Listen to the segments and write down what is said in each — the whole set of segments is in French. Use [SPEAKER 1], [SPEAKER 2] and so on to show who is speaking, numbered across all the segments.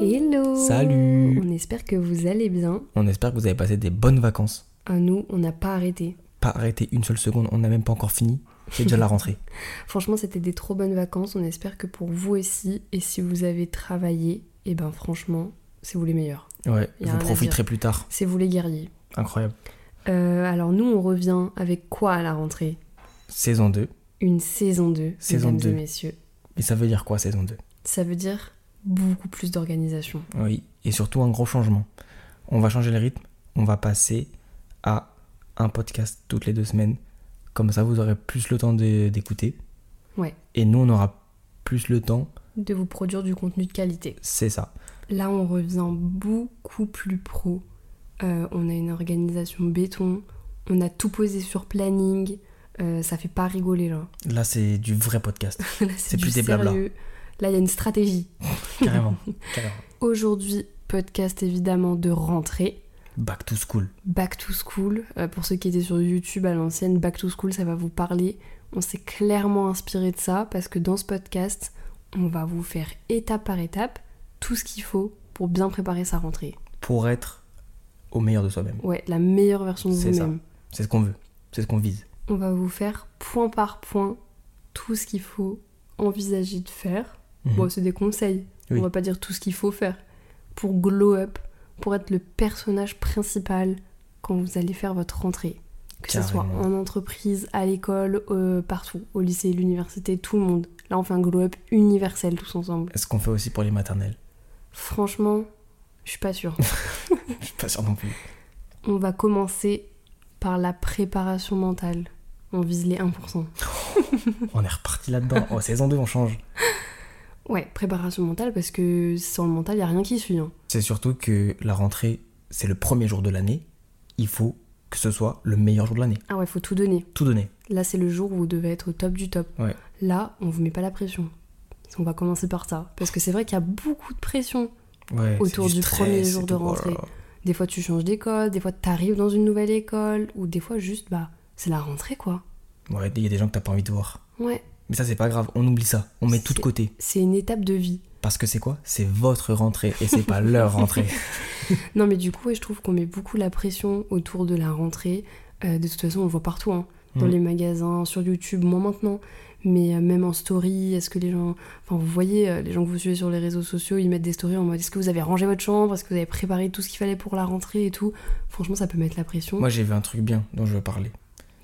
[SPEAKER 1] Hello
[SPEAKER 2] Salut
[SPEAKER 1] On espère que vous allez bien.
[SPEAKER 2] On espère que vous avez passé des bonnes vacances.
[SPEAKER 1] À nous, on n'a pas arrêté.
[SPEAKER 2] Pas arrêté une seule seconde, on n'a même pas encore fini. C'est déjà la rentrée.
[SPEAKER 1] Franchement, c'était des trop bonnes vacances. On espère que pour vous aussi, et si vous avez travaillé, et ben franchement, c'est vous les meilleurs.
[SPEAKER 2] Ouais,
[SPEAKER 1] Y a
[SPEAKER 2] vous
[SPEAKER 1] rien à
[SPEAKER 2] profiterez plus tard.
[SPEAKER 1] C'est vous les guerriers.
[SPEAKER 2] Incroyable.
[SPEAKER 1] Euh, alors nous, on revient avec quoi à la rentrée
[SPEAKER 2] Saison 2.
[SPEAKER 1] Une saison 2,
[SPEAKER 2] Saison
[SPEAKER 1] mesdames et
[SPEAKER 2] 2.
[SPEAKER 1] messieurs.
[SPEAKER 2] Mais ça veut dire quoi, saison 2
[SPEAKER 1] Ça veut dire beaucoup plus d'organisation.
[SPEAKER 2] Oui. Et surtout un gros changement. On va changer le rythme. On va passer à un podcast toutes les deux semaines. Comme ça, vous aurez plus le temps de- d'écouter.
[SPEAKER 1] Ouais.
[SPEAKER 2] Et nous, on aura plus le temps.
[SPEAKER 1] De vous produire du contenu de qualité.
[SPEAKER 2] C'est ça.
[SPEAKER 1] Là, on revient beaucoup plus pro. Euh, on a une organisation béton, on a tout posé sur planning. Euh, ça fait pas rigoler là.
[SPEAKER 2] Là, c'est du vrai podcast.
[SPEAKER 1] là
[SPEAKER 2] C'est
[SPEAKER 1] du
[SPEAKER 2] plus des blabla.
[SPEAKER 1] sérieux. Là, il y a une stratégie.
[SPEAKER 2] Carrément. Carrément.
[SPEAKER 1] Aujourd'hui, podcast évidemment de rentrée.
[SPEAKER 2] Back to school.
[SPEAKER 1] Back to school. Euh, pour ceux qui étaient sur YouTube à l'ancienne, Back to school, ça va vous parler. On s'est clairement inspiré de ça parce que dans ce podcast, on va vous faire étape par étape tout ce qu'il faut pour bien préparer sa rentrée.
[SPEAKER 2] Pour être au meilleur de soi-même.
[SPEAKER 1] Ouais, la meilleure version de
[SPEAKER 2] C'est ça.
[SPEAKER 1] vous-même.
[SPEAKER 2] C'est ce qu'on veut. C'est ce qu'on vise.
[SPEAKER 1] On va vous faire point par point tout ce qu'il faut envisager de faire.
[SPEAKER 2] Mhm.
[SPEAKER 1] Bon, c'est des conseils.
[SPEAKER 2] Oui.
[SPEAKER 1] On va pas dire tout ce qu'il faut faire. Pour glow up, pour être le personnage principal quand vous allez faire votre rentrée. Que ce soit
[SPEAKER 2] Carrément.
[SPEAKER 1] en entreprise, à l'école, euh, partout, au lycée, l'université, tout le monde. Là, on fait un glow up universel tous ensemble.
[SPEAKER 2] Ce qu'on fait aussi pour les maternelles.
[SPEAKER 1] Franchement, je suis pas sûre.
[SPEAKER 2] Je suis pas sûr non plus.
[SPEAKER 1] on va commencer par la préparation mentale. On vise les 1%.
[SPEAKER 2] On est reparti là-dedans. Oh, saison 2, on change.
[SPEAKER 1] Ouais, préparation mentale, parce que sans le mental, il a rien qui suit. hein.
[SPEAKER 2] C'est surtout que la rentrée, c'est le premier jour de l'année. Il faut que ce soit le meilleur jour de l'année.
[SPEAKER 1] Ah ouais, faut tout donner.
[SPEAKER 2] Tout donner.
[SPEAKER 1] Là, c'est le jour où vous devez être au top du top.
[SPEAKER 2] Ouais.
[SPEAKER 1] Là, on vous met pas la pression. On va commencer par ça. Parce que c'est vrai qu'il y a beaucoup de pression.
[SPEAKER 2] Ouais,
[SPEAKER 1] Autour
[SPEAKER 2] c'est
[SPEAKER 1] du
[SPEAKER 2] stress
[SPEAKER 1] premier
[SPEAKER 2] et
[SPEAKER 1] jour de
[SPEAKER 2] tout. Oh là
[SPEAKER 1] rentrée.
[SPEAKER 2] là.
[SPEAKER 1] Des fois, tu changes d'école, des fois, t'arrives dans une nouvelle école, ou des fois, juste, bah, c'est la rentrée, quoi.
[SPEAKER 2] Ouais, il y a des gens que t'as pas envie de voir.
[SPEAKER 1] Ouais,
[SPEAKER 2] Mais ça, c'est pas grave. On oublie ça. On met tout de
[SPEAKER 1] C'est-
[SPEAKER 2] côté.
[SPEAKER 1] c'est une étape de vie.
[SPEAKER 2] Parce que c'est quoi C'est votre rentrée et c'est pas leur rentrée.
[SPEAKER 1] Non, mais du coup, ouais, je trouve qu'on met beaucoup la pression autour de la rentrée. Euh, de toute façon, on le voit partout, hein, dans
[SPEAKER 2] Mhm.
[SPEAKER 1] les magasins, sur YouTube, moins maintenant, mais euh, même en story. Est-ce que les gens. Enfin, vous voyez, euh, les gens que vous suivez sur les réseaux sociaux, ils mettent des stories en mode est-ce que vous avez rangé votre chambre Est-ce que vous avez préparé tout ce qu'il fallait pour la rentrée et tout Franchement, ça peut mettre la pression.
[SPEAKER 2] Moi, j'ai vu un truc bien dont je veux parler.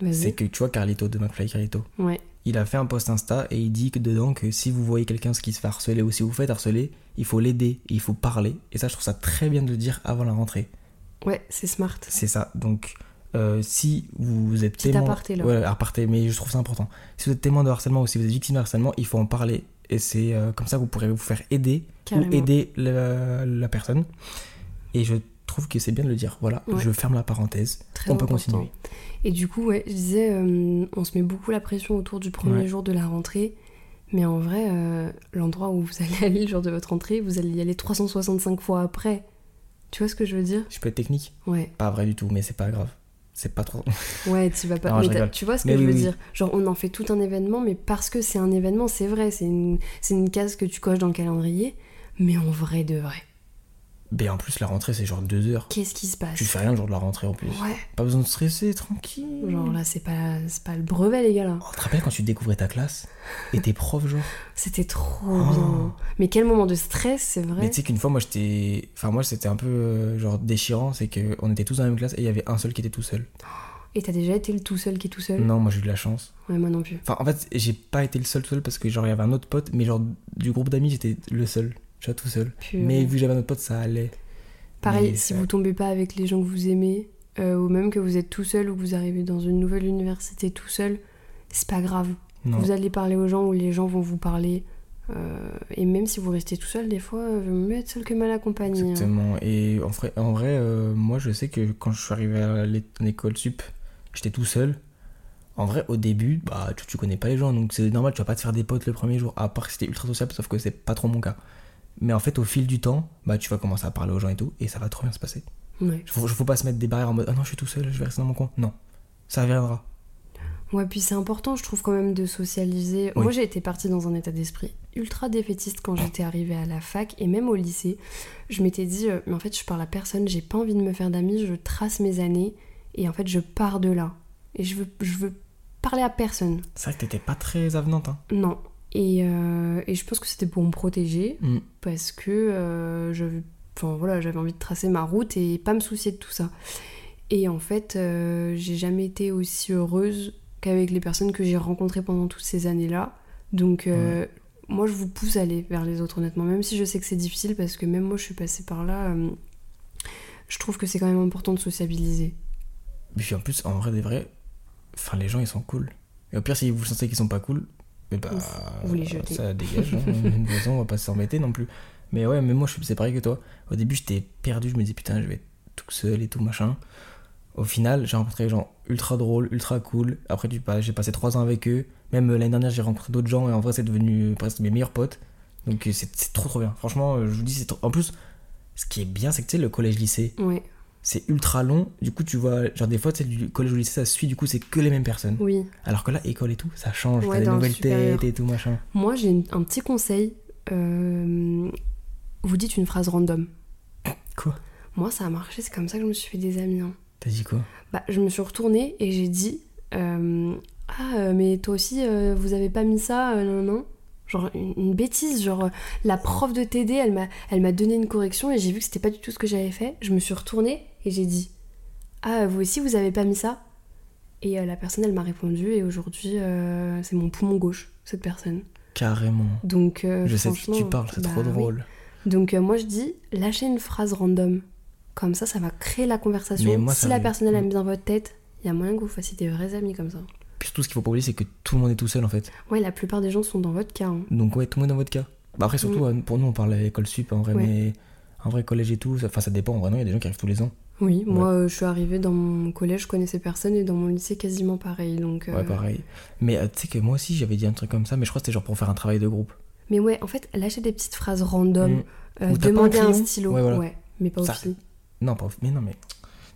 [SPEAKER 2] C'est
[SPEAKER 1] Vas-y.
[SPEAKER 2] que tu vois Carlito de McFly Carlito.
[SPEAKER 1] Ouais,
[SPEAKER 2] Il a fait un post Insta et il dit que dedans que si vous voyez quelqu'un qui se fait harceler ou si vous faites harceler, il faut l'aider, il faut parler. Et ça, je trouve ça très bien de le dire avant la rentrée.
[SPEAKER 1] ouais c'est smart.
[SPEAKER 2] C'est ça. Donc, euh, si vous êtes
[SPEAKER 1] Petit
[SPEAKER 2] témoin,
[SPEAKER 1] aparté, là.
[SPEAKER 2] ouais, aparté, mais je trouve ça important. Si vous êtes témoin de harcèlement ou si vous êtes victime de harcèlement, il faut en parler. Et c'est euh, comme ça que vous pourrez vous faire aider
[SPEAKER 1] Carrément.
[SPEAKER 2] ou aider la, la personne. Et je trouve que c'est bien de le dire. Voilà,
[SPEAKER 1] Ouais.
[SPEAKER 2] je ferme la parenthèse.
[SPEAKER 1] Très
[SPEAKER 2] on peut
[SPEAKER 1] important.
[SPEAKER 2] continuer.
[SPEAKER 1] Et du coup, ouais, je disais, euh, on se met beaucoup la pression autour du premier
[SPEAKER 2] Ouais.
[SPEAKER 1] jour de la rentrée. Mais en vrai, euh, l'endroit où vous allez aller le jour de votre rentrée, vous allez y aller 365 fois après. Tu vois ce que je veux dire
[SPEAKER 2] Je peux être technique
[SPEAKER 1] Ouais,
[SPEAKER 2] Pas vrai du tout, mais c'est pas grave. C'est pas trop.
[SPEAKER 1] ouais, tu vas pas.
[SPEAKER 2] Non, je
[SPEAKER 1] mais t'as-
[SPEAKER 2] rigole.
[SPEAKER 1] tu vois ce que
[SPEAKER 2] Mais
[SPEAKER 1] je
[SPEAKER 2] oui,
[SPEAKER 1] veux
[SPEAKER 2] oui.
[SPEAKER 1] dire Genre, on en fait tout un événement, mais parce que c'est un événement, c'est vrai, c'est une, c'est une case que tu coches dans le calendrier. Mais en vrai de vrai,
[SPEAKER 2] Mais en plus, la rentrée, c'est genre deux heures.
[SPEAKER 1] qu'est-ce qui se passe
[SPEAKER 2] Tu fais rien le jour de la rentrée en plus.
[SPEAKER 1] Ouais,
[SPEAKER 2] Pas besoin de stresser, tranquille.
[SPEAKER 1] genre là, c'est pas, c'est pas le brevet, les gars, là.
[SPEAKER 2] Oh, tu te rappelles quand tu découvrais ta classe et tes profs, genre
[SPEAKER 1] C'était trop
[SPEAKER 2] Oh.
[SPEAKER 1] bien. Mais quel moment de stress, c'est vrai.
[SPEAKER 2] Mais tu sais qu'une fois, moi, j'étais. Enfin, moi, c'était un peu euh, genre déchirant, c'est qu'on était tous dans la même classe et il y avait un seul qui était tout seul.
[SPEAKER 1] Et t'as déjà été le tout seul qui est tout seul
[SPEAKER 2] Non, moi, j'ai eu de la chance.
[SPEAKER 1] Ouais, moi non plus.
[SPEAKER 2] Enfin, en fait, j'ai pas été le seul tout seul parce que, genre, il y avait un autre pote, mais genre, du groupe d'amis, j'étais le seul. Tu vois, tout seul.
[SPEAKER 1] Purée.
[SPEAKER 2] Mais vu que j'avais un autre pote, ça allait.
[SPEAKER 1] euh, Pareil,
[SPEAKER 2] Mais
[SPEAKER 1] si
[SPEAKER 2] ça-
[SPEAKER 1] vous tombez pas avec les gens que vous aimez, euh, ou même que vous êtes tout seul ou que vous arrivez dans une nouvelle université tout seul, c'est pas grave.
[SPEAKER 2] Non.
[SPEAKER 1] Vous allez parler aux gens ou les gens vont vous parler. euh, et même si vous restez tout seul, des fois, euh, vaut mieux être seul que mal accompagné. hein.
[SPEAKER 2] Exactement. Et en vrai, en vrai euh, moi, je sais que quand je suis arrivé à l'é- en école sup, j'étais tout seul. En vrai, au début, bah, tu, tu connais pas les gens, donc c'est normal, tu vas pas te faire des potes le premier jour, à part que c'était ultra sociable, sauf que c'est pas trop mon cas. Mais en fait, au fil du temps, bah, tu vas commencer à parler aux gens et tout, et ça va trop bien se passer.
[SPEAKER 1] Ouais.
[SPEAKER 2] Faut, faut pas se mettre des barrières en mode, ah non, je suis tout seul, je vais rester dans mon coin. Non, ça viendra.
[SPEAKER 1] Ouais, puis c'est important, je trouve, quand même, de socialiser.
[SPEAKER 2] Oui.
[SPEAKER 1] Moi, j'ai été partie dans un état d'esprit ultra défaitiste quand j'étais arrivée à la fac et même au lycée. Je m'étais dit, euh, mais en fait, je parle à personne, j'ai pas envie de me faire d'amis, je trace mes années et en fait, je pars de là. Et je veux, je veux parler à personne.
[SPEAKER 2] C'est vrai que t'étais pas très avenante. Hein.
[SPEAKER 1] Non. Et, euh, et je pense que c'était pour me protéger
[SPEAKER 2] Mm.
[SPEAKER 1] parce que euh, j'avais enfin, voilà, j'avais envie de tracer ma route et pas me soucier de tout ça. Et en fait, euh, j'ai jamais été aussi heureuse qu'avec les personnes que j'ai rencontrées pendant toutes ces années-là. Donc, euh, moi, je vous pousse à aller vers les autres, honnêtement, même si je sais que c'est difficile parce que même moi, je suis passée par là. euh, je trouve que c'est quand même important de sociabiliser.
[SPEAKER 2] Puis en plus, en vrai des vrais, enfin les gens ils sont cool. Et au pire, si vous sentez qu'ils sont pas cool, eh bah,
[SPEAKER 1] Vous les jetez.
[SPEAKER 2] ça dégage. hein. De toute façon, on va pas s'embêter non plus. Mais ouais, mais moi je suis- c'est pareil que toi. Au début, j'étais perdu, je me dis putain, je vais être tout seul et tout machin. Au final, j'ai rencontré des gens ultra drôles, ultra cool. Après, tu passes- j'ai passé trois ans avec eux. Même euh, l'année dernière, j'ai rencontré d'autres gens et en vrai, c'est devenu presque mes meilleurs potes. Donc euh, c'est c'est trop trop bien. Franchement, euh, je vous dis, c'est trop. En plus, ce qui est bien, c'est que tu sais, le collège-lycée,
[SPEAKER 1] Ouais,
[SPEAKER 2] c'est ultra long. Du coup, tu vois, genre des fois, c'est du collège au lycée, ça se suit, du coup, c'est que les mêmes personnes.
[SPEAKER 1] oui.
[SPEAKER 2] Alors que là, école et tout, ça change,
[SPEAKER 1] Ouais,
[SPEAKER 2] t'as des
[SPEAKER 1] dans le
[SPEAKER 2] nouvelles
[SPEAKER 1] supérieur.
[SPEAKER 2] têtes et tout, machin.
[SPEAKER 1] Moi, j'ai une- un petit conseil. euh, vous dites une phrase random.
[SPEAKER 2] Quoi
[SPEAKER 1] Moi, ça a marché, c'est comme ça que je me suis fait des amis. hein.
[SPEAKER 2] T'as dit quoi
[SPEAKER 1] Bah, je me suis retournée et j'ai dit euh, Ah, euh, mais toi aussi, euh, vous avez pas mis ça euh, Non, non. Genre une, une bêtise. Genre, euh, la prof de TD, elle m'a, elle m'a donné une correction et j'ai vu que c'était pas du tout ce que j'avais fait. Je me suis retournée et j'ai dit Ah, euh, vous aussi, vous avez pas mis ça Et euh, la personne, elle m'a répondu et aujourd'hui, euh, c'est mon poumon gauche, cette personne.
[SPEAKER 2] Carrément.
[SPEAKER 1] Donc, euh,
[SPEAKER 2] Je sais de qui
[SPEAKER 1] franchement,
[SPEAKER 2] tu parles, c'est
[SPEAKER 1] bah
[SPEAKER 2] trop
[SPEAKER 1] oui.
[SPEAKER 2] drôle.
[SPEAKER 1] Donc euh, moi je dis, lâchez une phrase random. Comme ça, ça va créer la conversation.
[SPEAKER 2] Mais moi,
[SPEAKER 1] si
[SPEAKER 2] ça
[SPEAKER 1] la
[SPEAKER 2] me-
[SPEAKER 1] personne elle aime bien votre tête, il y a moyen que vous fassiez des vrais amis comme ça.
[SPEAKER 2] Puis surtout, ce qu'il faut pas oublier, c'est que tout le monde est tout seul en fait.
[SPEAKER 1] Ouais, la plupart des gens sont dans votre cas. hein.
[SPEAKER 2] Donc, ouais, tout le monde est dans votre cas. Bah, après, surtout, euh, pour nous, on parle à l'école sup en vrai,
[SPEAKER 1] Mm. Ouais.
[SPEAKER 2] mais en vrai, collège et tout, ça- enfin, ça dépend. En vrai, non, il y a des gens qui arrivent tous les ans.
[SPEAKER 1] Oui, moi euh, je suis arrivée dans mon collège, je connaissais personne et dans mon lycée quasiment pareil. Donc, euh,
[SPEAKER 2] Ouais, pareil. Mais euh, tu sais que moi aussi, j'avais dit un truc comme ça, mais je crois que c'était genre pour faire un travail de groupe.
[SPEAKER 1] Mais ouais, en fait, lâchez des petites phrases random.
[SPEAKER 2] Mm.
[SPEAKER 1] euh,
[SPEAKER 2] Ou t'as pas un
[SPEAKER 1] demandez un,
[SPEAKER 2] crayon
[SPEAKER 1] stylo.
[SPEAKER 2] Ouais, voilà.
[SPEAKER 1] mais pas
[SPEAKER 2] Ça-
[SPEAKER 1] aux filles.
[SPEAKER 2] Non, pas. Mais non, mais.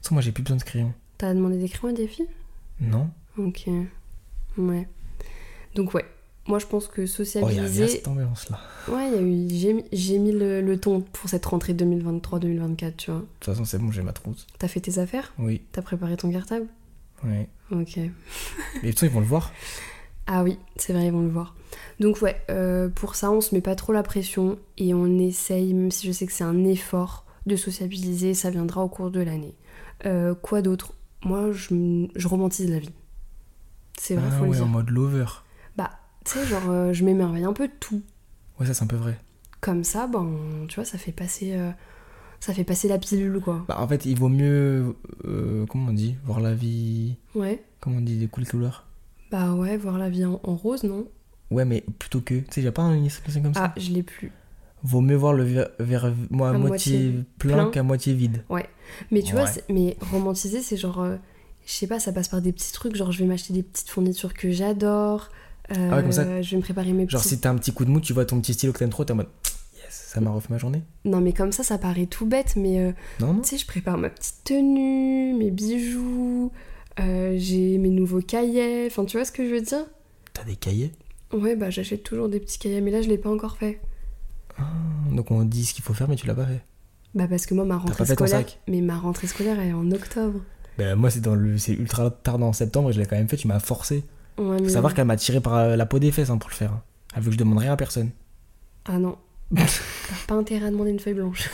[SPEAKER 2] Sans moi, j'ai plus besoin de crayon.
[SPEAKER 1] T'as demandé des crayons à des filles
[SPEAKER 2] Non
[SPEAKER 1] Ok. Ouais. Donc ouais, moi je pense que
[SPEAKER 2] Oh, il y a bien
[SPEAKER 1] sociabiliser,
[SPEAKER 2] cette ambiance là.
[SPEAKER 1] Ouais, il y a eu- j'ai mis- j'ai mis le, le ton pour cette rentrée 2023-2024, tu vois.
[SPEAKER 2] De toute façon, c'est bon, j'ai ma trousse.
[SPEAKER 1] T'as fait tes affaires
[SPEAKER 2] Oui,
[SPEAKER 1] T'as préparé ton cartable
[SPEAKER 2] ouais.
[SPEAKER 1] Ok.
[SPEAKER 2] Et de toute façon, ils vont le voir.
[SPEAKER 1] Ah oui, c'est vrai, ils vont le voir. Donc ouais, euh, pour ça, on se met pas trop la pression et on essaye, même si je sais que c'est un effort, de sociabiliser, ça viendra au cours de l'année. Euh, quoi d'autre Moi, je, m- je romantise la vie. C'est vrai,
[SPEAKER 2] Ah
[SPEAKER 1] faut
[SPEAKER 2] ouais,
[SPEAKER 1] le dire.
[SPEAKER 2] en mode lover.
[SPEAKER 1] Bah, tu sais, genre, euh, je m'émerveille un peu de tout.
[SPEAKER 2] Ouais, ça c'est un peu vrai.
[SPEAKER 1] Comme ça, ben, tu vois, ça fait passer, euh, ça fait passer la pilule, quoi.
[SPEAKER 2] Bah en fait, il vaut mieux, euh, comment on dit, voir la vie,
[SPEAKER 1] Ouais.
[SPEAKER 2] comment on dit, des cool couleurs.
[SPEAKER 1] Bah ouais, voir la vie en, en rose, non
[SPEAKER 2] Ouais, mais plutôt que, tu sais, y a pas une expression comme
[SPEAKER 1] Ah,
[SPEAKER 2] ça.
[SPEAKER 1] je l'ai plus.
[SPEAKER 2] Vaut mieux voir le verre ver, moi à,
[SPEAKER 1] À
[SPEAKER 2] moitié,
[SPEAKER 1] moitié
[SPEAKER 2] plein,
[SPEAKER 1] plein.
[SPEAKER 2] qu'à moitié vide.
[SPEAKER 1] Mais tu vois,
[SPEAKER 2] Ouais.
[SPEAKER 1] c'est- mais romantiser, c'est genre, euh, je sais pas, ça passe par des petits trucs, genre je vais m'acheter des petites fournitures que j'adore, euh,
[SPEAKER 2] Ah ouais, comme ça.
[SPEAKER 1] je vais me préparer mes
[SPEAKER 2] Genre
[SPEAKER 1] petits...
[SPEAKER 2] si t'as un petit coup de mou, tu vois ton petit stylo que t'aimes trop, t'es en mode, yes, ça m'a refait ma journée.
[SPEAKER 1] Non mais comme ça, ça paraît tout bête, mais euh,
[SPEAKER 2] Non, non.
[SPEAKER 1] tu sais, je prépare ma petite tenue, mes bijoux, euh, j'ai mes nouveaux cahiers, enfin tu vois ce que je veux dire
[SPEAKER 2] T'as des cahiers.
[SPEAKER 1] Ouais, bah j'achète toujours des petits cahiers, mais là je l'ai pas encore fait.
[SPEAKER 2] Donc on dit ce qu'il faut faire, mais tu l'as pas fait.
[SPEAKER 1] Bah parce que moi, ma rentrée
[SPEAKER 2] pas fait ton
[SPEAKER 1] scolaire...
[SPEAKER 2] sac
[SPEAKER 1] Mais ma rentrée scolaire, elle est en octobre.
[SPEAKER 2] Bah moi c'est dans le, c'est ultra tard en septembre et je l'ai quand même fait. Tu m'as forcé.
[SPEAKER 1] Ouais,
[SPEAKER 2] Faut
[SPEAKER 1] mais-
[SPEAKER 2] savoir qu'elle m'a tiré par euh, la peau des fesses hein, pour le faire. hein. Elle veut que je demande rien à personne.
[SPEAKER 1] Ah non. T'as pas intérêt à demander une feuille blanche.